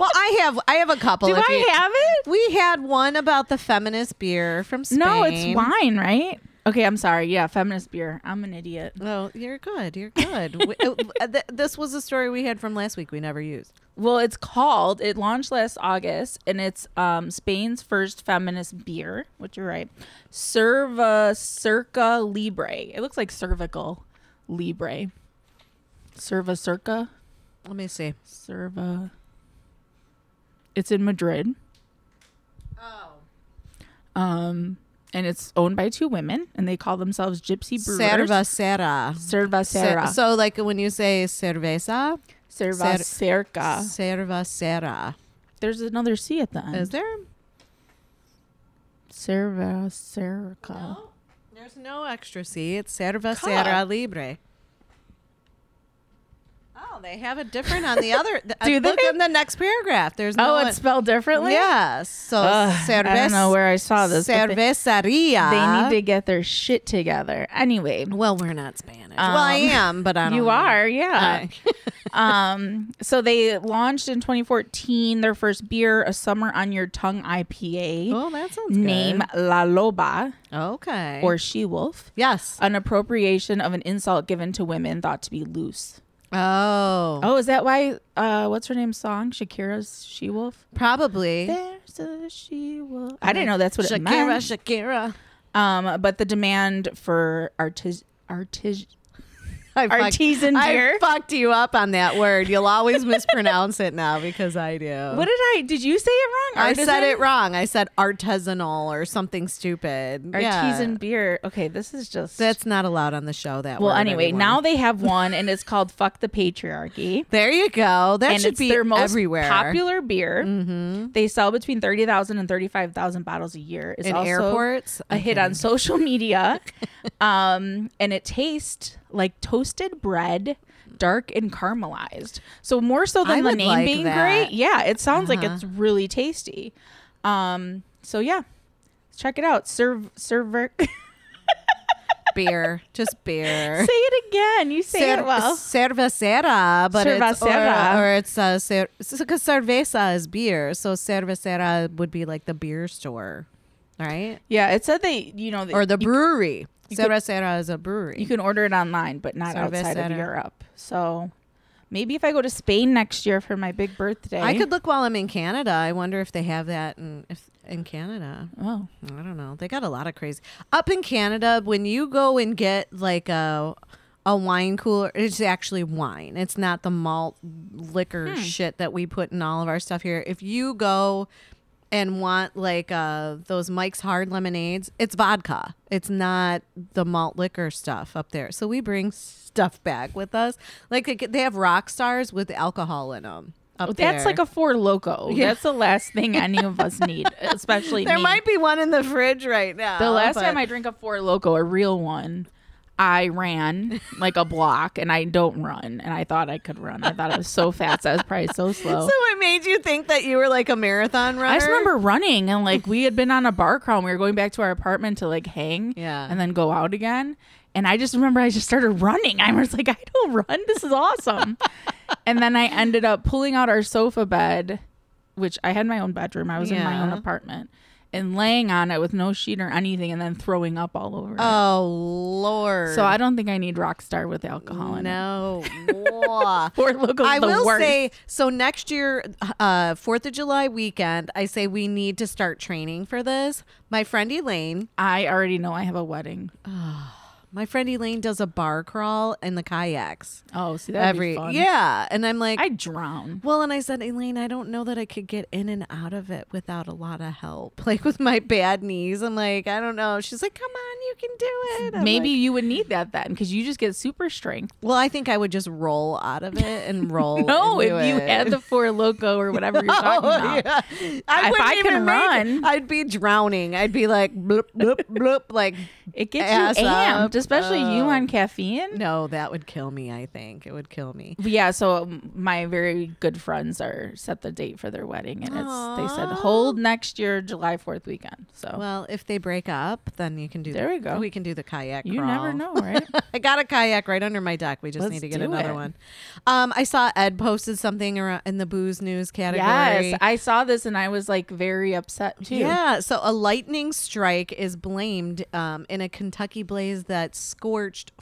Speaker 4: I have I have a couple.
Speaker 3: Do
Speaker 4: if
Speaker 3: I
Speaker 4: you-
Speaker 3: have it?
Speaker 4: We had one about the feminist beer from Spain.
Speaker 3: No, it's wine, right? Okay, I'm sorry. Yeah, feminist beer. I'm an idiot.
Speaker 4: Oh, you're good. You're good. we, uh, th- this was a story we had from last week we never used.
Speaker 3: Well, it's called. It launched last August, and it's um, Spain's first feminist beer. Which you're right, Serva Circa Libre. It looks like cervical Libre. Serva Circa.
Speaker 4: Let me see.
Speaker 3: Serva. It's in Madrid. Oh. Um, and it's owned by two women, and they call themselves Gypsy Brewers.
Speaker 4: Cervecera.
Speaker 3: Cervecera.
Speaker 4: Cer- So, like when you say cerveza,
Speaker 3: Serva Cerca.
Speaker 4: cervecera.
Speaker 3: There's another C at the end.
Speaker 4: Is there?
Speaker 3: Serva Cerca.
Speaker 4: There's no extra C. It's cervecera libre. Oh, they have it different on the other. th- uh,
Speaker 3: Do
Speaker 4: look
Speaker 3: they?
Speaker 4: in the next paragraph. There's no
Speaker 3: Oh,
Speaker 4: one-
Speaker 3: it's spelled differently?
Speaker 4: Yes. So
Speaker 3: Ugh,
Speaker 4: cerveza.
Speaker 3: I don't know where I saw this. but they-
Speaker 4: Cerveceria.
Speaker 3: They need to get their shit together. Anyway,
Speaker 4: Well, we're not Spanish. well, I
Speaker 3: Um,
Speaker 4: am, but I don't.
Speaker 3: you
Speaker 4: know. Uh,
Speaker 3: are, yeah.
Speaker 4: I-
Speaker 3: um, so they launched in 2014 their first beer, a summer on your tongue IPA.
Speaker 4: Oh, that sounds
Speaker 3: Name La Loba
Speaker 4: good. Okay.
Speaker 3: or She Wolf,
Speaker 4: yes.
Speaker 3: an appropriation of an insult given to women thought to be loose.
Speaker 4: Oh,
Speaker 3: Oh, is that why? Uh, what's her name's song? Shakira's She Wolf.
Speaker 4: probably.
Speaker 3: There's a She Wolf. I didn't know that's what it meant.
Speaker 4: Shakira, Shakira.
Speaker 3: Um, but the demand for artis artis
Speaker 4: I fucked-
Speaker 3: Artisan beer.
Speaker 4: I fucked you up on that word. You'll always mispronounce it now because I do.
Speaker 3: what did I did you say it wrong?
Speaker 4: Oh. I said
Speaker 3: Artisan?
Speaker 4: it wrong. I said artisanal or something stupid. Yeah.
Speaker 3: Artisan beer. Okay, this is just
Speaker 4: That's not allowed on the show. That
Speaker 3: well.
Speaker 4: word,
Speaker 3: Anyway,
Speaker 4: everyone.
Speaker 3: now they have one, and it's called "Fuck the Patriarchy."
Speaker 4: there you go. That
Speaker 3: and
Speaker 4: should
Speaker 3: it's
Speaker 4: be
Speaker 3: their most
Speaker 4: everywhere. Mm-hmm.
Speaker 3: popular beer. They sell between 30,000 and 35,000 bottles a year. It's
Speaker 4: In
Speaker 3: also
Speaker 4: airports?
Speaker 3: a hit on social media. um, and it tastes like toasted bread, dark and caramelized. So more so
Speaker 4: I
Speaker 3: than the
Speaker 4: would
Speaker 3: name
Speaker 4: like
Speaker 3: being
Speaker 4: that. Uh-huh.
Speaker 3: great, yeah, it sounds like it's really tasty. Um, so yeah. Check it out. Serve server say
Speaker 4: beer, just beer.
Speaker 3: it again. You say
Speaker 4: Cer-
Speaker 3: it well.
Speaker 4: Cervecera, but it's
Speaker 3: Cervecera.
Speaker 4: or, or it's uh, cer- because cerveza is beer, so cervecera would be like the beer store, right?
Speaker 3: Yeah, it said they you know
Speaker 4: Or the
Speaker 3: you-
Speaker 4: brewery.
Speaker 3: could-
Speaker 4: Cervecera is a brewery.
Speaker 3: You can order it online, but not
Speaker 4: Service
Speaker 3: outside
Speaker 4: center.
Speaker 3: of Europe. So maybe if I go to Spain next year for my big birthday,
Speaker 4: I could look while I'm in Canada. I wonder if they have that in if in Canada.
Speaker 3: Oh,
Speaker 4: I don't know. They got a lot of crazy up in Canada. When you go and get like a a wine cooler, it's actually wine. It's not the malt liquor
Speaker 3: Hmm.
Speaker 4: shit that we put in all of our stuff here. If you go and want like uh those Mike's hard lemonades, it's vodka. It's not the malt liquor stuff up there. So we bring stuff back with us. Like they- they have rock stars with alcohol in them. Up
Speaker 3: that's
Speaker 4: there.
Speaker 3: like a four loco. That's the last thing any of us need, especially
Speaker 4: There
Speaker 3: me.
Speaker 4: might be one in the fridge right now.
Speaker 3: the last
Speaker 4: but-
Speaker 3: time I drank a four loco, a real one. I ran like a block and I don't run. And I thought I could run. I thought I was so fast. I was probably so slow.
Speaker 4: So it made you think that you were like a marathon runner.
Speaker 3: I just remember running and like we had been on a bar crawl. And we were going back to our apartment to like hang,
Speaker 4: Yeah.
Speaker 3: and then go out again. And I just remember I just started running. I was like, I don't run. This is awesome. and then I ended up pulling out our sofa bed, which I had my own bedroom. I was in my own
Speaker 4: Yeah.
Speaker 3: apartment and laying on it with no sheet or anything, and then throwing up all over. it.
Speaker 4: Oh Lord!
Speaker 3: So I don't think I need Rockstar with alcohol in it.
Speaker 4: no. Wah.
Speaker 3: Or look,
Speaker 4: I
Speaker 3: the
Speaker 4: will
Speaker 3: worst.
Speaker 4: say so. Next year, uh, Fourth of July weekend, I say we need to start training for this. My friend Elaine,
Speaker 3: I already know I have a wedding.
Speaker 4: my friend Elaine does a bar crawl in the kayaks
Speaker 3: Oh, see that
Speaker 4: every
Speaker 3: fun.
Speaker 4: yeah, and I'm like,
Speaker 3: I drown.
Speaker 4: Well, and I said, Elaine, I don't know that I could get in and out of it without a lot of help. Like with my bad knees, I'm like, I don't know. She's like, come on, you can do it. I'm
Speaker 3: Maybe
Speaker 4: like,
Speaker 3: you would need that then because you just get super strength.
Speaker 4: well, I think I would just roll out of it and roll.
Speaker 3: No, if
Speaker 4: into
Speaker 3: you
Speaker 4: it. Oh,
Speaker 3: had the four loco or whatever you're talking about.
Speaker 4: yeah. I
Speaker 3: If
Speaker 4: wouldn't
Speaker 3: I
Speaker 4: even
Speaker 3: can
Speaker 4: make it.
Speaker 3: run.
Speaker 4: I'd be drowning. I'd be like, bloop, bloop, bloop, like.
Speaker 3: It gets
Speaker 4: Ass
Speaker 3: you amped,
Speaker 4: up.
Speaker 3: especially you
Speaker 4: Oh.
Speaker 3: on caffeine.
Speaker 4: No, that would kill me. I think it would kill me.
Speaker 3: Yeah, so um, my very good friends are set the date for their wedding, and it's they said hold next year, July Fourth weekend. So
Speaker 4: Well, if they break up, then you can do
Speaker 3: there
Speaker 4: the
Speaker 3: we you go.
Speaker 4: We can do the kayak.
Speaker 3: You never
Speaker 4: crawl.
Speaker 3: know, right?
Speaker 4: I got a kayak right under my deck. We just
Speaker 3: Let's
Speaker 4: need to get
Speaker 3: do
Speaker 4: another
Speaker 3: it.
Speaker 4: one. Um, I saw Ed posted something around in the booze news category.
Speaker 3: Yes, I saw this and I was like very upset too.
Speaker 4: Yeah, so a lightning strike is blamed um, in a Kentucky blaze that scorched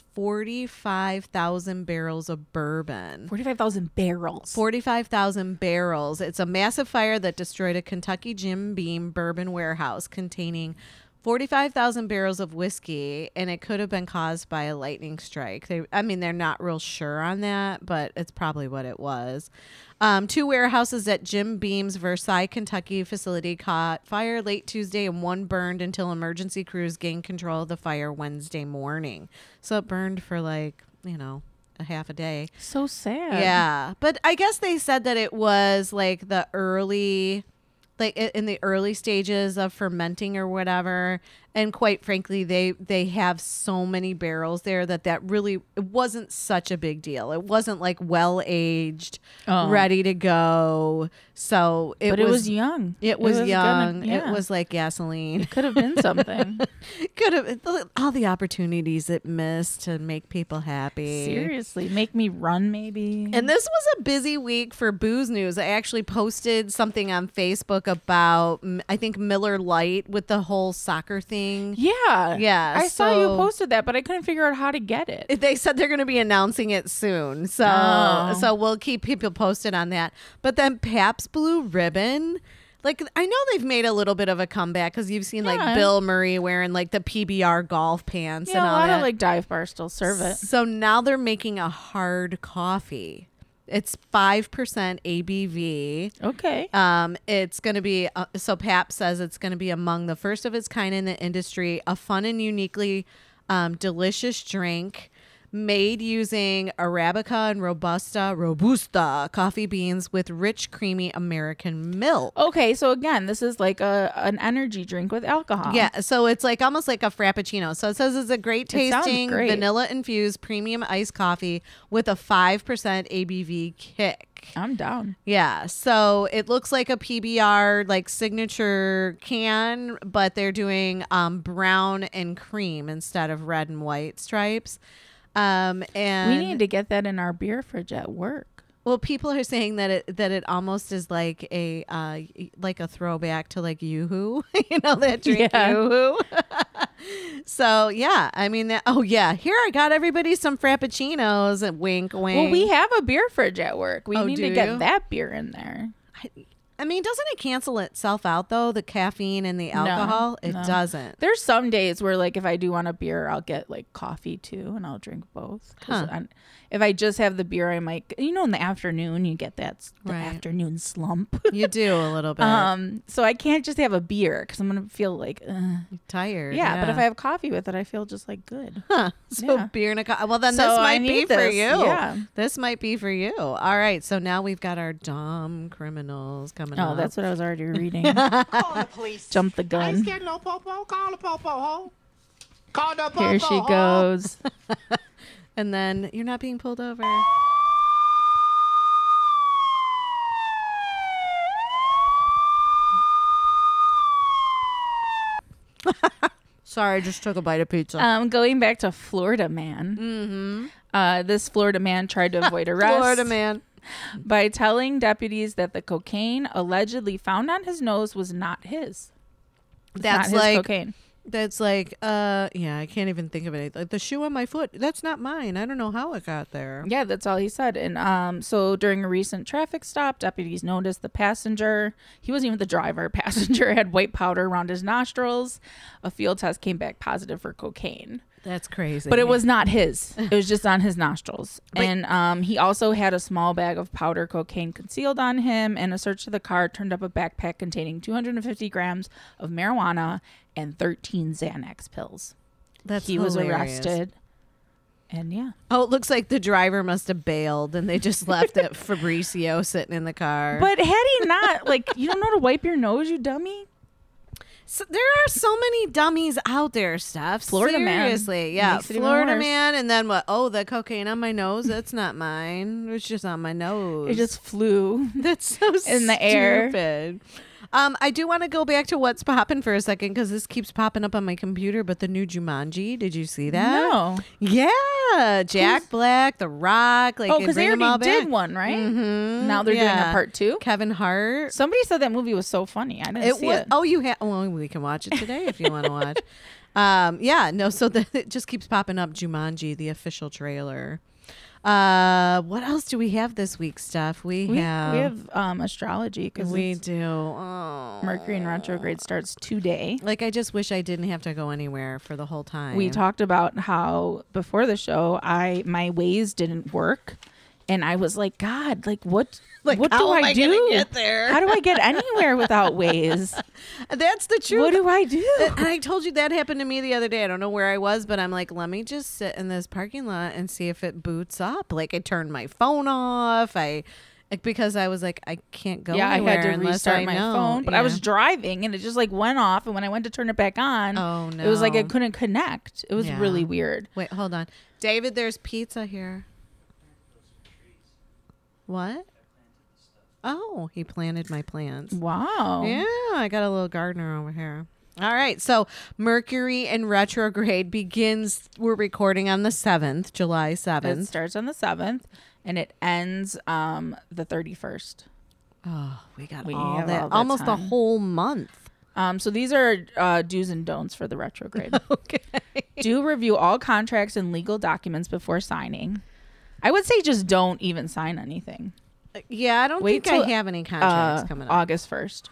Speaker 4: 45,000 barrels of bourbon.
Speaker 3: forty-five thousand barrels.
Speaker 4: 45,000 barrels. It's a massive fire that destroyed a Kentucky Jim Beam bourbon warehouse containing 45,000 barrels of whiskey and it could have been caused by a lightning strike. They I mean they're not real sure on that, but it's probably what it was. Um, two warehouses at Jim Beam's Versailles, Kentucky facility caught fire late Tuesday and one burned until emergency crews gained control of the fire Wednesday morning. So it burned for like, you know, a half a day.
Speaker 3: So sad.
Speaker 4: Yeah, but I guess they said that it was like the early, like i- in the early stages of fermenting or whatever. And quite frankly, they they have so many barrels there that that really it wasn't such a big deal. It wasn't like well aged,
Speaker 3: Oh.
Speaker 4: ready to go. So it
Speaker 3: but
Speaker 4: was.
Speaker 3: it was young.
Speaker 4: It was,
Speaker 3: gonna-
Speaker 4: young.
Speaker 3: yeah.
Speaker 4: It was like gasoline.
Speaker 3: could have been something.
Speaker 4: Could have all the opportunities it missed to make people happy.
Speaker 3: Seriously, make me run maybe.
Speaker 4: And this was a busy week for booze news. I actually posted something on Facebook about mm, I think Miller Lite with the whole soccer thing.
Speaker 3: yeah,
Speaker 4: Yeah,
Speaker 3: I saw you
Speaker 4: so-
Speaker 3: posted that, but I couldn't figure out how to get it.
Speaker 4: They said they're going to be announcing it soon, so
Speaker 3: Oh.
Speaker 4: so we'll keep people posted on that. But then Pabst Blue Ribbon, like I know they've made a little bit of a comeback because you've seen
Speaker 3: Yeah.
Speaker 4: like Bill Murray wearing like the PBR golf pants
Speaker 3: Yeah,
Speaker 4: and
Speaker 3: a
Speaker 4: all
Speaker 3: lot
Speaker 4: that.
Speaker 3: of like dive bars still serve it.
Speaker 4: So now they're making a hard coffee. It's five percent ABV.
Speaker 3: Okay.
Speaker 4: Um, it's going to be uh, so. Pap says it's going to be among the first of its kind in the industry, a fun and uniquely um, delicious drink made using arabica and robusta robusta coffee beans with rich, creamy American milk.
Speaker 3: Okay, so again, this is like a an energy drink with alcohol.
Speaker 4: Yeah, so it's like almost like a frappuccino. So it says it's a great
Speaker 3: It sounds
Speaker 4: tasting
Speaker 3: great.
Speaker 4: vanilla infused premium iced coffee with a 5% ABV kick.
Speaker 3: I'm down.
Speaker 4: Yeah, so it looks like a PBR like signature can, but they're doing um, brown and cream instead of red and white stripes. Um, and
Speaker 3: we need to get that in our beer fridge at work.
Speaker 4: well, people are saying that it that it almost is like a uh, y- like a throwback to like YooHoo, you know that drink
Speaker 3: Yeah.
Speaker 4: YooHoo. so yeah, I mean that. Oh yeah, here I got everybody some frappuccinos. And wink, wink.
Speaker 3: Well, we have a beer fridge at work. We
Speaker 4: Oh,
Speaker 3: need
Speaker 4: do
Speaker 3: to
Speaker 4: you?
Speaker 3: get that beer in there.
Speaker 4: I mean, doesn't it cancel itself out though? The caffeine and the alcohol, it
Speaker 3: no.
Speaker 4: doesn't.
Speaker 3: There's some days where like if I do want a beer, I'll get like coffee too, and I'll drink both. 'Cause I'm- if I just have the beer, I might you know in the afternoon you get that s- the
Speaker 4: Right.
Speaker 3: afternoon slump.
Speaker 4: You do a little bit.
Speaker 3: um, so I can't just have a beer because I'm gonna feel like uh.
Speaker 4: tired.
Speaker 3: yeah, But if I have coffee with it, I feel just like good.
Speaker 4: Huh. So
Speaker 3: Yeah.
Speaker 4: beer and a co- well, then
Speaker 3: So
Speaker 4: this
Speaker 3: I
Speaker 4: might be
Speaker 3: need
Speaker 4: for
Speaker 3: this,
Speaker 4: you.
Speaker 3: yeah.
Speaker 4: This might be for you. All right. So now we've got our dumb criminals coming.
Speaker 3: Oh,
Speaker 4: up.
Speaker 3: that's what I was already reading. Call the police. Jump the gun.
Speaker 9: no popo. Call the popo, ho. Call the
Speaker 3: Here she goes.
Speaker 4: and then you're not being pulled over. Sorry, I just took a bite of pizza.
Speaker 3: Um, going back to Florida man. Mm-hmm. Uh, this Florida man tried to avoid arrest
Speaker 4: Florida man.
Speaker 3: by telling deputies that the cocaine allegedly found on his nose was not his. It's
Speaker 4: That's
Speaker 3: not his
Speaker 4: like
Speaker 3: cocaine.
Speaker 4: that's like uh yeah, I can't even think of it. Like the shoe on my foot, that's not mine. I don't know how it got there.
Speaker 3: Yeah, that's all he said. And um, so during a recent traffic stop, deputies noticed the passenger, he wasn't even the driver, passenger had white powder around his nostrils. A field test came back positive for cocaine.
Speaker 4: That's crazy.
Speaker 3: But it was not his. It was just on his nostrils. and um, he also had a small bag of powder cocaine concealed on him. And a search of the car turned up a backpack containing 250 grams of marijuana and 13 Xanax pills.
Speaker 4: that's
Speaker 3: he was
Speaker 4: hilarious.
Speaker 3: arrested. And yeah,
Speaker 4: Oh, it looks like the driver must have bailed and they just left it Fabricio sitting in the car.
Speaker 3: but had he not, like, you don't know to wipe your nose, you dummy.
Speaker 4: So there are so many dummies out there, Steph.
Speaker 3: Florida man.
Speaker 4: Seriously, yeah,
Speaker 3: Makes it even
Speaker 4: Florida
Speaker 3: worse.
Speaker 4: man, and then what? Oh, the cocaine on my nose. That's not mine. It's just on my nose.
Speaker 3: It just flew.
Speaker 4: that's so
Speaker 3: in the air.
Speaker 4: stupid. Um, I do want to go back to what's popping for a second because this keeps popping up on my computer. But the new Jumanji, did you see that?
Speaker 3: No.
Speaker 4: Yeah, Jack Black, The Rock. Like,
Speaker 3: Oh,
Speaker 4: they
Speaker 3: because they
Speaker 4: bring 'em all
Speaker 3: already did
Speaker 4: back.
Speaker 3: one, right?
Speaker 4: Mhm,
Speaker 3: Now they're doing
Speaker 4: yeah.
Speaker 3: a part two.
Speaker 4: Kevin Hart.
Speaker 3: Somebody said that movie was so funny. I didn't
Speaker 4: it
Speaker 3: see
Speaker 4: was.
Speaker 3: it.
Speaker 4: Oh, you have. Well, we can watch it today if you want to watch. Um, yeah, no. So the, it just keeps popping up. Jumanji, the official trailer. Uh, what else do we have this week, Steph? We,
Speaker 3: we,
Speaker 4: have.
Speaker 3: we have um, astrology because
Speaker 4: we do. Oh.
Speaker 3: Mercury in retrograde starts today.
Speaker 4: Like I just wish I didn't have to go anywhere for the whole time.
Speaker 3: We talked about how before the show, I my ways didn't work, and I was like, God, like what?
Speaker 4: Like,
Speaker 3: what
Speaker 4: how
Speaker 3: do
Speaker 4: am
Speaker 3: I,
Speaker 4: I gonna
Speaker 3: do?
Speaker 4: get there?
Speaker 3: How do I get anywhere without ways?
Speaker 4: That's the truth.
Speaker 3: what do I do?
Speaker 4: and I told you that happened to me the other day. I don't know where I was, but I'm like, let me just sit in this parking lot and see if it boots up. Like I turned my phone off. I like, because I was like, I can't go.
Speaker 3: yeah, I
Speaker 4: anywhere
Speaker 3: had to
Speaker 4: unless
Speaker 3: restart
Speaker 4: I
Speaker 3: my
Speaker 4: know.
Speaker 3: phone, but I
Speaker 4: Yeah.
Speaker 3: was driving and it just like went off. And when I went to turn it back on,
Speaker 4: Oh,
Speaker 3: it was like
Speaker 4: no.
Speaker 3: it couldn't connect. It was
Speaker 4: Yeah.
Speaker 3: really weird.
Speaker 4: Wait, hold on, David. There's pizza here. What? Oh, he planted my plants.
Speaker 3: Wow.
Speaker 4: Yeah, I got a little gardener over here. All right, so Mercury in retrograde begins. We're recording on the seventh, July
Speaker 3: It
Speaker 4: seventh.
Speaker 3: starts on the seventh and it ends um the thirty first.
Speaker 4: Oh, we got
Speaker 3: We
Speaker 4: all
Speaker 3: have
Speaker 4: that,
Speaker 3: all that
Speaker 4: almost a
Speaker 3: time.
Speaker 4: whole month.
Speaker 3: Um, so these are uh, do's and don'ts for the retrograde.
Speaker 4: Okay.
Speaker 3: Do review all contracts and legal documents before signing. I would say just don't even sign anything.
Speaker 4: Yeah, I don't
Speaker 3: Wait
Speaker 4: think I
Speaker 3: till,
Speaker 4: have any contracts
Speaker 3: Uh,
Speaker 4: coming up.
Speaker 3: August first.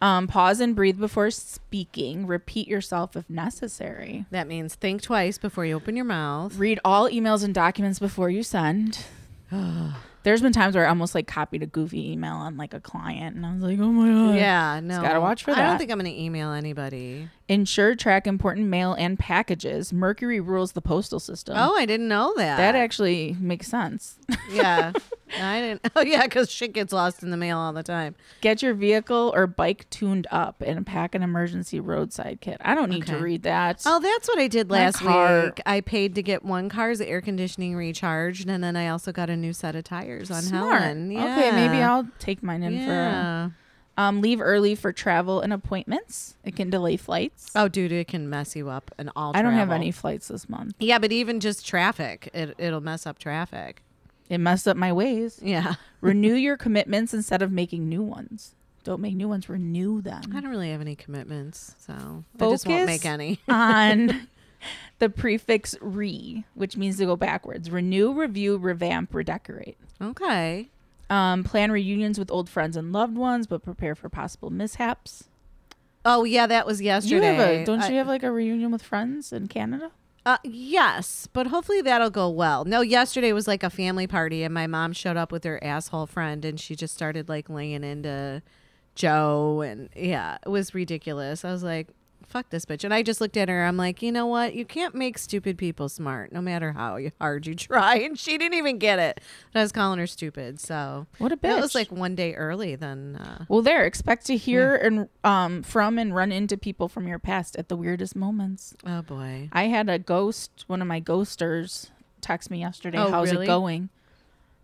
Speaker 3: Um, pause and breathe before speaking. Repeat yourself if necessary.
Speaker 4: that means think twice before you open your mouth.
Speaker 3: Read all emails and documents before you send. There's been times where I almost like copied a goofy email on like a client, and I was like, "Oh my god!"
Speaker 4: Yeah, no.
Speaker 3: gotta watch for
Speaker 4: I don't
Speaker 3: that.
Speaker 4: think I'm going to email anybody.
Speaker 3: Ensure track important mail and packages. Mercury rules the postal system.
Speaker 4: Oh, I didn't know that.
Speaker 3: Mm. That actually makes sense.
Speaker 4: yeah. I didn't. Oh, yeah, because shit gets lost in the mail all the time.
Speaker 3: Get your vehicle or bike tuned up and pack an emergency roadside kit. I don't need to
Speaker 4: Okay.
Speaker 3: read that.
Speaker 4: Oh, that's what I did last
Speaker 3: car-
Speaker 4: week. I paid to get one car's air conditioning recharged, and then I also got a new set of tires on
Speaker 3: Smart.
Speaker 4: Helen.
Speaker 3: Okay,
Speaker 4: Yeah.
Speaker 3: maybe I'll uh, take mine in
Speaker 4: Yeah.
Speaker 3: for. Um, leave early for travel and appointments. It can delay flights.
Speaker 4: Oh, dude, it can mess you up and all.
Speaker 3: I don't have
Speaker 4: travel.
Speaker 3: any flights this month.
Speaker 4: Yeah, but even just traffic, it it'll mess up traffic.
Speaker 3: It messed up my ways.
Speaker 4: Yeah.
Speaker 3: Renew your commitments instead of making new ones. Don't make new ones. Renew them.
Speaker 4: I don't really have any commitments, so I
Speaker 3: focus Uh,
Speaker 4: just won't make any.
Speaker 3: on the prefix re, which means to go backwards. Renew, review, revamp, redecorate.
Speaker 4: Okay.
Speaker 3: Um, plan reunions with old friends and loved ones, but prepare for possible mishaps.
Speaker 4: Oh yeah, that was
Speaker 3: You
Speaker 4: yesterday.
Speaker 3: have a, don't
Speaker 4: I-
Speaker 3: you have like a reunion with friends in Canada?
Speaker 4: Uh, yes, but hopefully that'll go well. No, yesterday was like a family party, and my mom showed up with her asshole friend, and she just started like laying into Joe, and yeah, it was ridiculous. I was like, "Fuck this bitch!" And I just looked at her. I'm like, you know what? You can't make stupid people smart, no matter how you- hard you try. And she didn't even get it. But I was calling her stupid. So
Speaker 3: What a
Speaker 4: That was
Speaker 3: bitch.
Speaker 4: like one day early. Then uh,
Speaker 3: Well, there. Expect to hear and um, from and run into people from your past at the weirdest moments.
Speaker 4: oh boy,
Speaker 3: I had a ghost, one of my ghosters, text me yesterday.
Speaker 4: Oh,
Speaker 3: How's
Speaker 4: really?
Speaker 3: it going?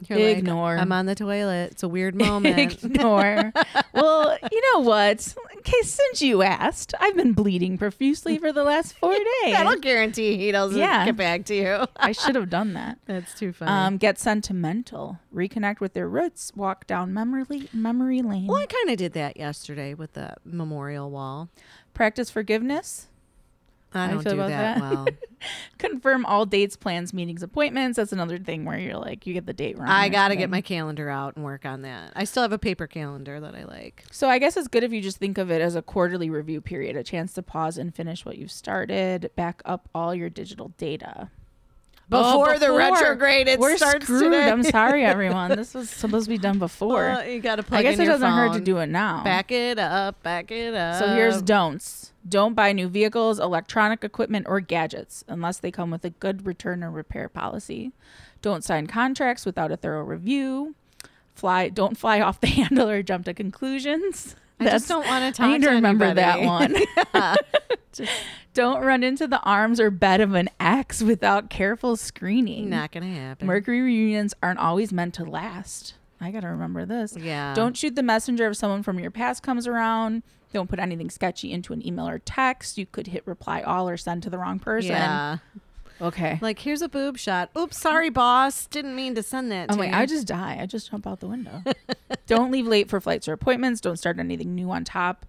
Speaker 4: You're like,
Speaker 3: Ignore.
Speaker 4: I'm on the toilet. It's a weird moment.
Speaker 3: Ignore. well, you know what? In case since you asked, I've been bleeding profusely for the last four days.
Speaker 4: That'll guarantee he doesn't
Speaker 3: Yeah.
Speaker 4: get back to you.
Speaker 3: I should have done that.
Speaker 4: That's too funny.
Speaker 3: Um, get sentimental, reconnect with their roots, walk down memory memory lane,
Speaker 4: well, I kind of did that yesterday with the memorial wall.
Speaker 3: practice forgiveness,
Speaker 4: I
Speaker 3: I
Speaker 4: don't
Speaker 3: feel
Speaker 4: do
Speaker 3: about
Speaker 4: that,
Speaker 3: that.
Speaker 4: well.
Speaker 3: confirm all dates, plans, meetings, appointments. That's another thing where you're like, you get the date wrong.
Speaker 4: I
Speaker 3: or
Speaker 4: got to get
Speaker 3: something.
Speaker 4: my calendar out and work on that. I still have a paper calendar that I like.
Speaker 3: So I guess it's good if you just think of it as a quarterly review period, a chance to pause and finish what you've started, back up all your digital data.
Speaker 4: Before,
Speaker 3: Oh,
Speaker 4: the retrograde, it
Speaker 3: We're
Speaker 4: starts
Speaker 3: screwed.
Speaker 4: today.
Speaker 3: I'm sorry, everyone. This was supposed to be done before.
Speaker 4: Well, you got to plug
Speaker 3: I guess
Speaker 4: in
Speaker 3: it
Speaker 4: your
Speaker 3: doesn't hurt to
Speaker 4: phone.
Speaker 3: do it now.
Speaker 4: Back it up, back it up.
Speaker 3: So here's don'ts. Don't buy new vehicles, electronic equipment, or gadgets unless they come with a good return or repair policy. Don't sign contracts without a thorough review. Fly don't fly off the handle or jump to conclusions.
Speaker 4: I just don't wanna talk
Speaker 3: I need
Speaker 4: to
Speaker 3: to remember that one.
Speaker 4: anybody.
Speaker 3: don't run into the arms or bed of an axe without careful screening.
Speaker 4: Not going to happen.
Speaker 3: Mercury reunions aren't always meant to last. I gotta remember this.
Speaker 4: Yeah.
Speaker 3: Don't shoot the messenger if someone from your past comes around. Don't put anything sketchy into an email or text. You could hit reply all or send to the wrong person.
Speaker 4: Yeah.
Speaker 3: Okay.
Speaker 4: Like here's a boob shot. Oops, sorry, boss. Didn't mean to send that.
Speaker 3: I'm
Speaker 4: to
Speaker 3: like,
Speaker 4: you.
Speaker 3: Oh, I just die. I just jump out the window. Don't leave late for flights or appointments. Don't start anything new on top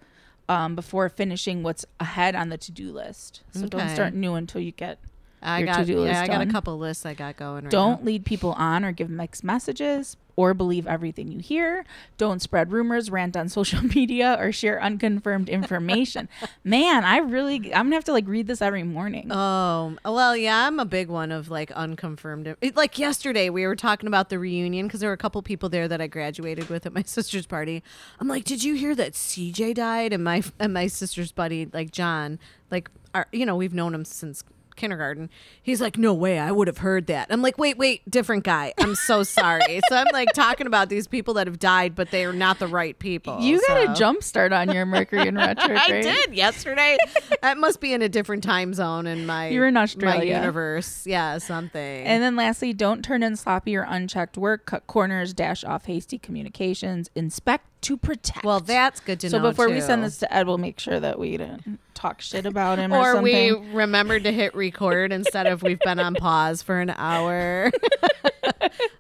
Speaker 3: um, before finishing what's ahead on the to do list. So don't
Speaker 4: Okay.
Speaker 3: start new until you get.
Speaker 4: I
Speaker 3: your
Speaker 4: got.
Speaker 3: to-do
Speaker 4: yeah,
Speaker 3: list
Speaker 4: I got
Speaker 3: done.
Speaker 4: a couple lists I got going. Right
Speaker 3: Don't
Speaker 4: now.
Speaker 3: lead people on or give mixed messages or believe everything you hear. Don't spread rumors, rant on social media, or share unconfirmed information. Man, I really, I'm gonna have to like read this every morning.
Speaker 4: Um, well, yeah, I'm a big one of like unconfirmed. it- Like yesterday, we were talking about the reunion because there were a couple people there that I graduated with at my sister's party. I'm like, did you hear that CJ died? And my and my sister's buddy, like John, like our, you know, we've known him since kindergarten. He's like, no way, I would have heard that. I'm like, wait, wait, different guy. I'm so sorry. so I'm like talking about these people that have died, but they are not the right people.
Speaker 3: you got
Speaker 4: so.
Speaker 3: a jump start on your Mercury in retrograde.
Speaker 4: I did yesterday. that must be in a different time zone in my
Speaker 3: You were in
Speaker 4: my
Speaker 3: Australia.
Speaker 4: universe. Yeah, something.
Speaker 3: And then lastly, don't turn in sloppy or unchecked work, cut corners, dash off hasty communications, inspect to protect.
Speaker 4: well, that's good to
Speaker 3: so
Speaker 4: know.
Speaker 3: before we send
Speaker 4: too.
Speaker 3: this to Ed, we'll make sure that we didn't talk shit about him or,
Speaker 4: or we
Speaker 3: something.
Speaker 4: remembered to hit record instead of we've been on pause for an hour.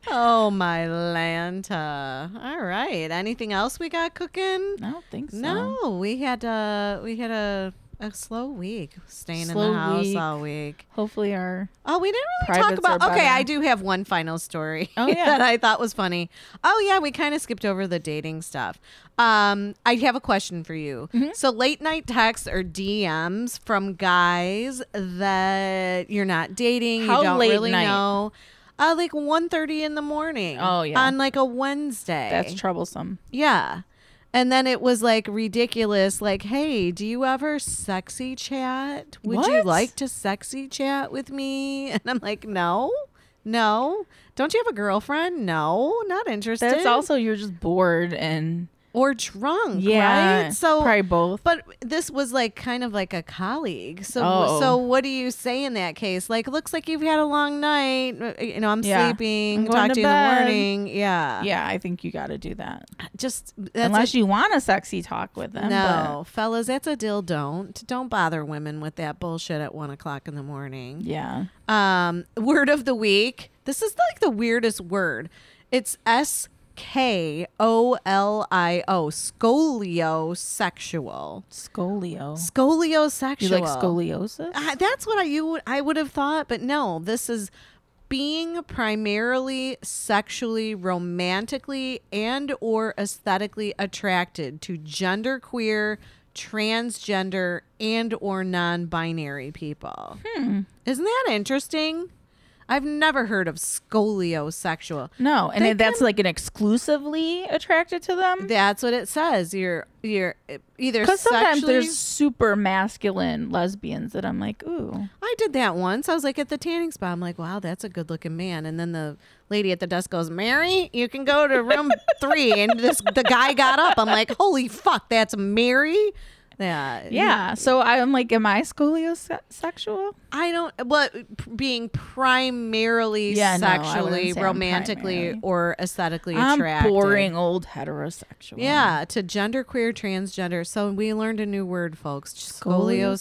Speaker 4: oh my Lanta. All right. Anything else we got cooking?
Speaker 3: I don't think so.
Speaker 4: No, we had uh we had a a slow week staying in
Speaker 3: Slow
Speaker 4: the house
Speaker 3: week.
Speaker 4: all week.
Speaker 3: Hopefully, our
Speaker 4: Oh, we didn't really
Speaker 3: Privates
Speaker 4: talk about.
Speaker 3: are
Speaker 4: Okay,
Speaker 3: better.
Speaker 4: I do have one final story
Speaker 3: Oh, yeah.
Speaker 4: that I thought was funny. Oh yeah, we kind of skipped over the dating stuff. Um, I have a question for you.
Speaker 3: Mm-hmm.
Speaker 4: So late night texts or DMs from guys that you're not dating,
Speaker 3: How
Speaker 4: you don't
Speaker 3: late
Speaker 4: really
Speaker 3: night?
Speaker 4: know. Uh, like 1.30 in the morning.
Speaker 3: Oh, yeah.
Speaker 4: on like a Wednesday.
Speaker 3: that's troublesome.
Speaker 4: Yeah. And then it was like ridiculous, like, hey, do you ever sexy chat? Would you
Speaker 3: What?
Speaker 4: like to sexy chat with me? And I'm like, no, no. Don't you have a girlfriend? No, not interested.
Speaker 3: That's also you're just bored and
Speaker 4: or drunk,
Speaker 3: Yeah,
Speaker 4: right? So
Speaker 3: probably both.
Speaker 4: But this was like kind of like a colleague. So
Speaker 3: Oh.
Speaker 4: so what do you say in that case? Like, looks like you've had a long night. You know, I'm
Speaker 3: Yeah.
Speaker 4: sleeping.
Speaker 3: I'm going
Speaker 4: Talk
Speaker 3: to
Speaker 4: to, you in the
Speaker 3: bed.
Speaker 4: morning. Yeah,
Speaker 3: yeah, I think you got to do that
Speaker 4: Just that's a-
Speaker 3: unless you want a sexy talk with them.
Speaker 4: No, fellas, that's a deal. Don't don't bother women with that bullshit at one o'clock in the morning.
Speaker 3: but- yeah,
Speaker 4: Um, word of the week. This is like the weirdest word. It's S K O L I O. Scoliosexual.
Speaker 3: scolio.
Speaker 4: Scoliosexual.
Speaker 3: You like scoliosis?
Speaker 4: Uh, that's what I you would I would have thought, but no, this is being primarily sexually, romantically, and or aesthetically attracted to genderqueer, transgender, and or non-binary people.
Speaker 3: Hmm.
Speaker 4: Isn't that interesting? I've never heard of scoliosexual.
Speaker 3: no, and
Speaker 4: They
Speaker 3: it- that's
Speaker 4: can-
Speaker 3: like an exclusively attracted to them.
Speaker 4: That's what it says. You're you're either
Speaker 3: Because sometimes
Speaker 4: sexually-
Speaker 3: there's super masculine lesbians that I'm like, ooh,
Speaker 4: I did that once. I was like at the tanning spa. I'm like, wow, that's a good looking man. And then the lady at the desk goes, Mary, you can go to room three. And this the guy got up. I'm like, holy fuck, that's Mary. Yeah,
Speaker 3: yeah. So I'm like, am I scoliosexual?
Speaker 4: I don't. Well, p- being primarily
Speaker 3: Yeah, no, I wouldn't
Speaker 4: sexually,
Speaker 3: say I'm
Speaker 4: romantically,
Speaker 3: primarily.
Speaker 4: or aesthetically
Speaker 3: I'm
Speaker 4: attracted.
Speaker 3: boring old heterosexual.
Speaker 4: Yeah, to genderqueer, transgender. So we learned a new word, folks. Scoliosexual.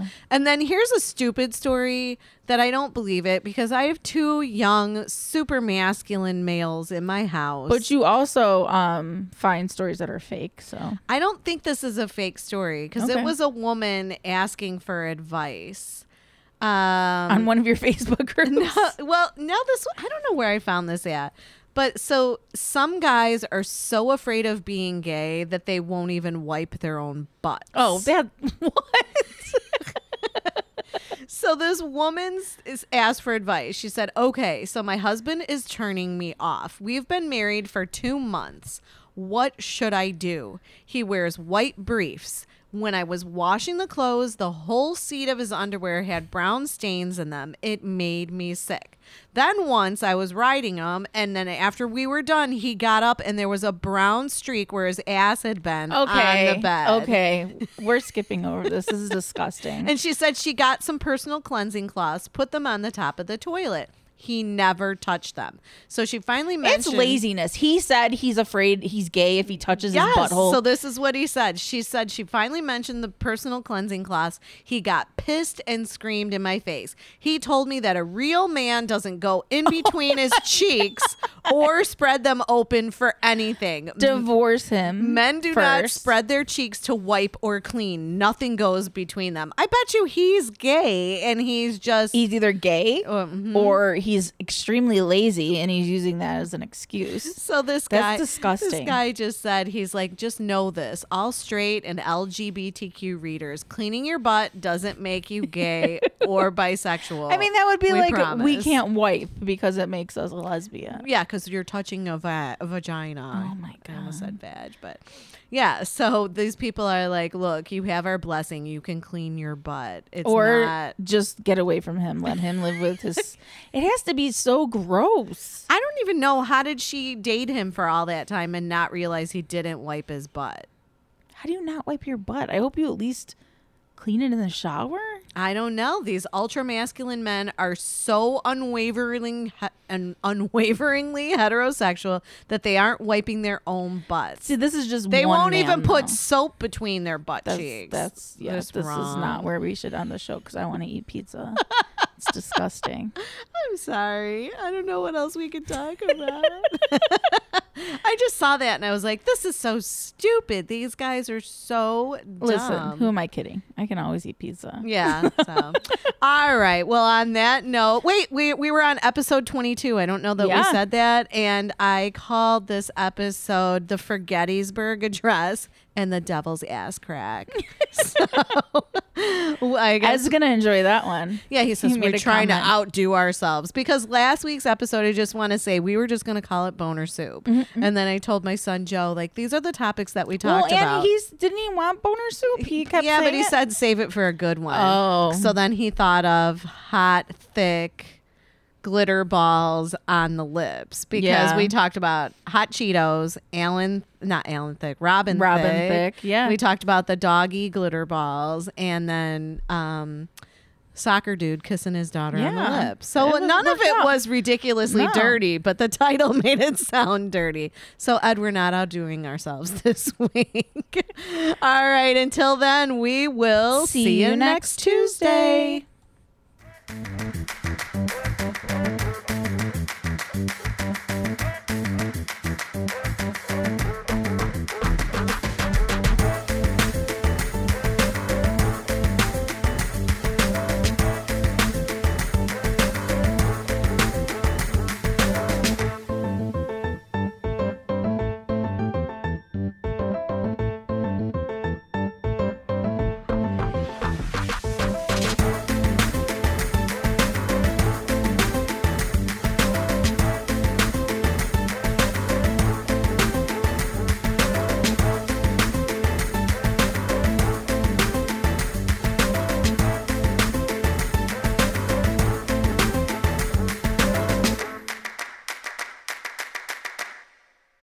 Speaker 3: Scoliosexual.
Speaker 4: And then here's a stupid story that I don't believe it because I have two young, super masculine males in my house.
Speaker 3: But you also um, find stories that are fake. So
Speaker 4: I don't think this is a fake story because it
Speaker 3: Okay.
Speaker 4: was a woman asking for advice. Um,
Speaker 3: on one of your Facebook groups,
Speaker 4: No, well, now this I don't know where I found this at. But so some guys are so afraid of being gay that they won't even wipe their own butts.
Speaker 3: oh, that what?
Speaker 4: so this woman's is asked for advice. She said, "Okay, so my husband is turning me off. We've been married for 2 months. What should I do? He wears white briefs. When I was washing the clothes, the whole seat of his underwear had brown stains in them. It made me sick. Then once I was riding him, and then after we were done, he got up and there was a brown streak where his ass had been on
Speaker 3: okay,
Speaker 4: the bed.
Speaker 3: okay, we're skipping over this. This is disgusting.
Speaker 4: And she said she got some personal cleansing cloths, put them on the top of the toilet. He never touched them. So she finally
Speaker 3: It's
Speaker 4: mentioned
Speaker 3: laziness. He said he's afraid he's gay if he touches his butthole.
Speaker 4: So this is what he said. She said she finally mentioned the personal cleansing class. He got pissed and screamed in my face. He told me that a real man doesn't go
Speaker 3: Oh
Speaker 4: in between his cheeks or spread them open for anything.
Speaker 3: Divorce him.
Speaker 4: Men do not
Speaker 3: first.
Speaker 4: spread their cheeks to wipe or clean. Nothing goes between them. I bet you he's gay and he's just
Speaker 3: He's either gay
Speaker 4: Oh, mm-hmm.
Speaker 3: or he's extremely lazy and he's using that as an excuse.
Speaker 4: So this
Speaker 3: That's
Speaker 4: guy,
Speaker 3: disgusting.
Speaker 4: This guy just said he's like, just know this: all straight and LGBTQ readers, cleaning your butt doesn't make you gay or bisexual.
Speaker 3: I mean, that would be
Speaker 4: We
Speaker 3: like we
Speaker 4: promise.
Speaker 3: can't wipe because it makes us a lesbian.
Speaker 4: Yeah, because you're touching a, va- a vagina.
Speaker 3: Oh my
Speaker 4: I almost said vag, but yeah. So these people are like, look, you have our blessing. You can clean your butt. It's
Speaker 3: or
Speaker 4: not.
Speaker 3: just get away from him. Let him live with his. it has to be so gross.
Speaker 4: I don't even know how did she date him for all that time and not realize he didn't wipe his butt.
Speaker 3: How do you not wipe your butt? I hope you at least clean it in the shower.
Speaker 4: I don't know. These ultra masculine men are so unwavering he- and unwaveringly heterosexual that they aren't wiping their own butts.
Speaker 3: See, this is just
Speaker 4: They
Speaker 3: one
Speaker 4: won't even
Speaker 3: man,
Speaker 4: put
Speaker 3: though.
Speaker 4: soap between their butt cheeks.
Speaker 3: That's yeah. this is not where we should end the show because I want to eat pizza. it's disgusting.
Speaker 4: I'm sorry. I don't know what else we could talk about. I just saw that and I was like, "This is so stupid. These guys are so dumb."
Speaker 3: Listen, who am I kidding? I can always eat pizza.
Speaker 4: Yeah. So, all right. Well, on that note, wait, we, we were on episode 22. I don't know that we
Speaker 3: Yeah.
Speaker 4: said that. And I called this episode the Forgettysburg Address and the Devil's Ass Crack. so, I
Speaker 3: I
Speaker 4: guess.
Speaker 3: was gonna enjoy that one.
Speaker 4: yeah, he says
Speaker 3: he made
Speaker 4: we're
Speaker 3: a
Speaker 4: trying to
Speaker 3: comment.
Speaker 4: outdo ourselves because last week's episode, I just want to say we were just going to call it boner soup, and then I told my son Joe like these are the topics that we
Speaker 3: Mm-hmm. Well,
Speaker 4: talked
Speaker 3: and
Speaker 4: about.
Speaker 3: he's didn't he want boner soup? He kept
Speaker 4: yeah, but
Speaker 3: saying
Speaker 4: he
Speaker 3: it.
Speaker 4: said save it for a good one.
Speaker 3: Oh.
Speaker 4: so then he thought of hot, thick glitter balls on the lips because
Speaker 3: Yeah.
Speaker 4: we talked about hot Cheetos, Alan, not Alan Thick, Robin,
Speaker 3: Robin
Speaker 4: Thicke.
Speaker 3: Thicke, yeah.
Speaker 4: we talked about the doggy glitter balls, and then. um Soccer dude kissing his daughter on the
Speaker 3: Yeah.
Speaker 4: lips. So
Speaker 3: It was-
Speaker 4: none of
Speaker 3: worked
Speaker 4: it
Speaker 3: out.
Speaker 4: was ridiculously
Speaker 3: No.
Speaker 4: dirty, but the title made it sound dirty. So, Ed, we're not outdoing ourselves this week. All right. Until then, we will see, you next Tuesday.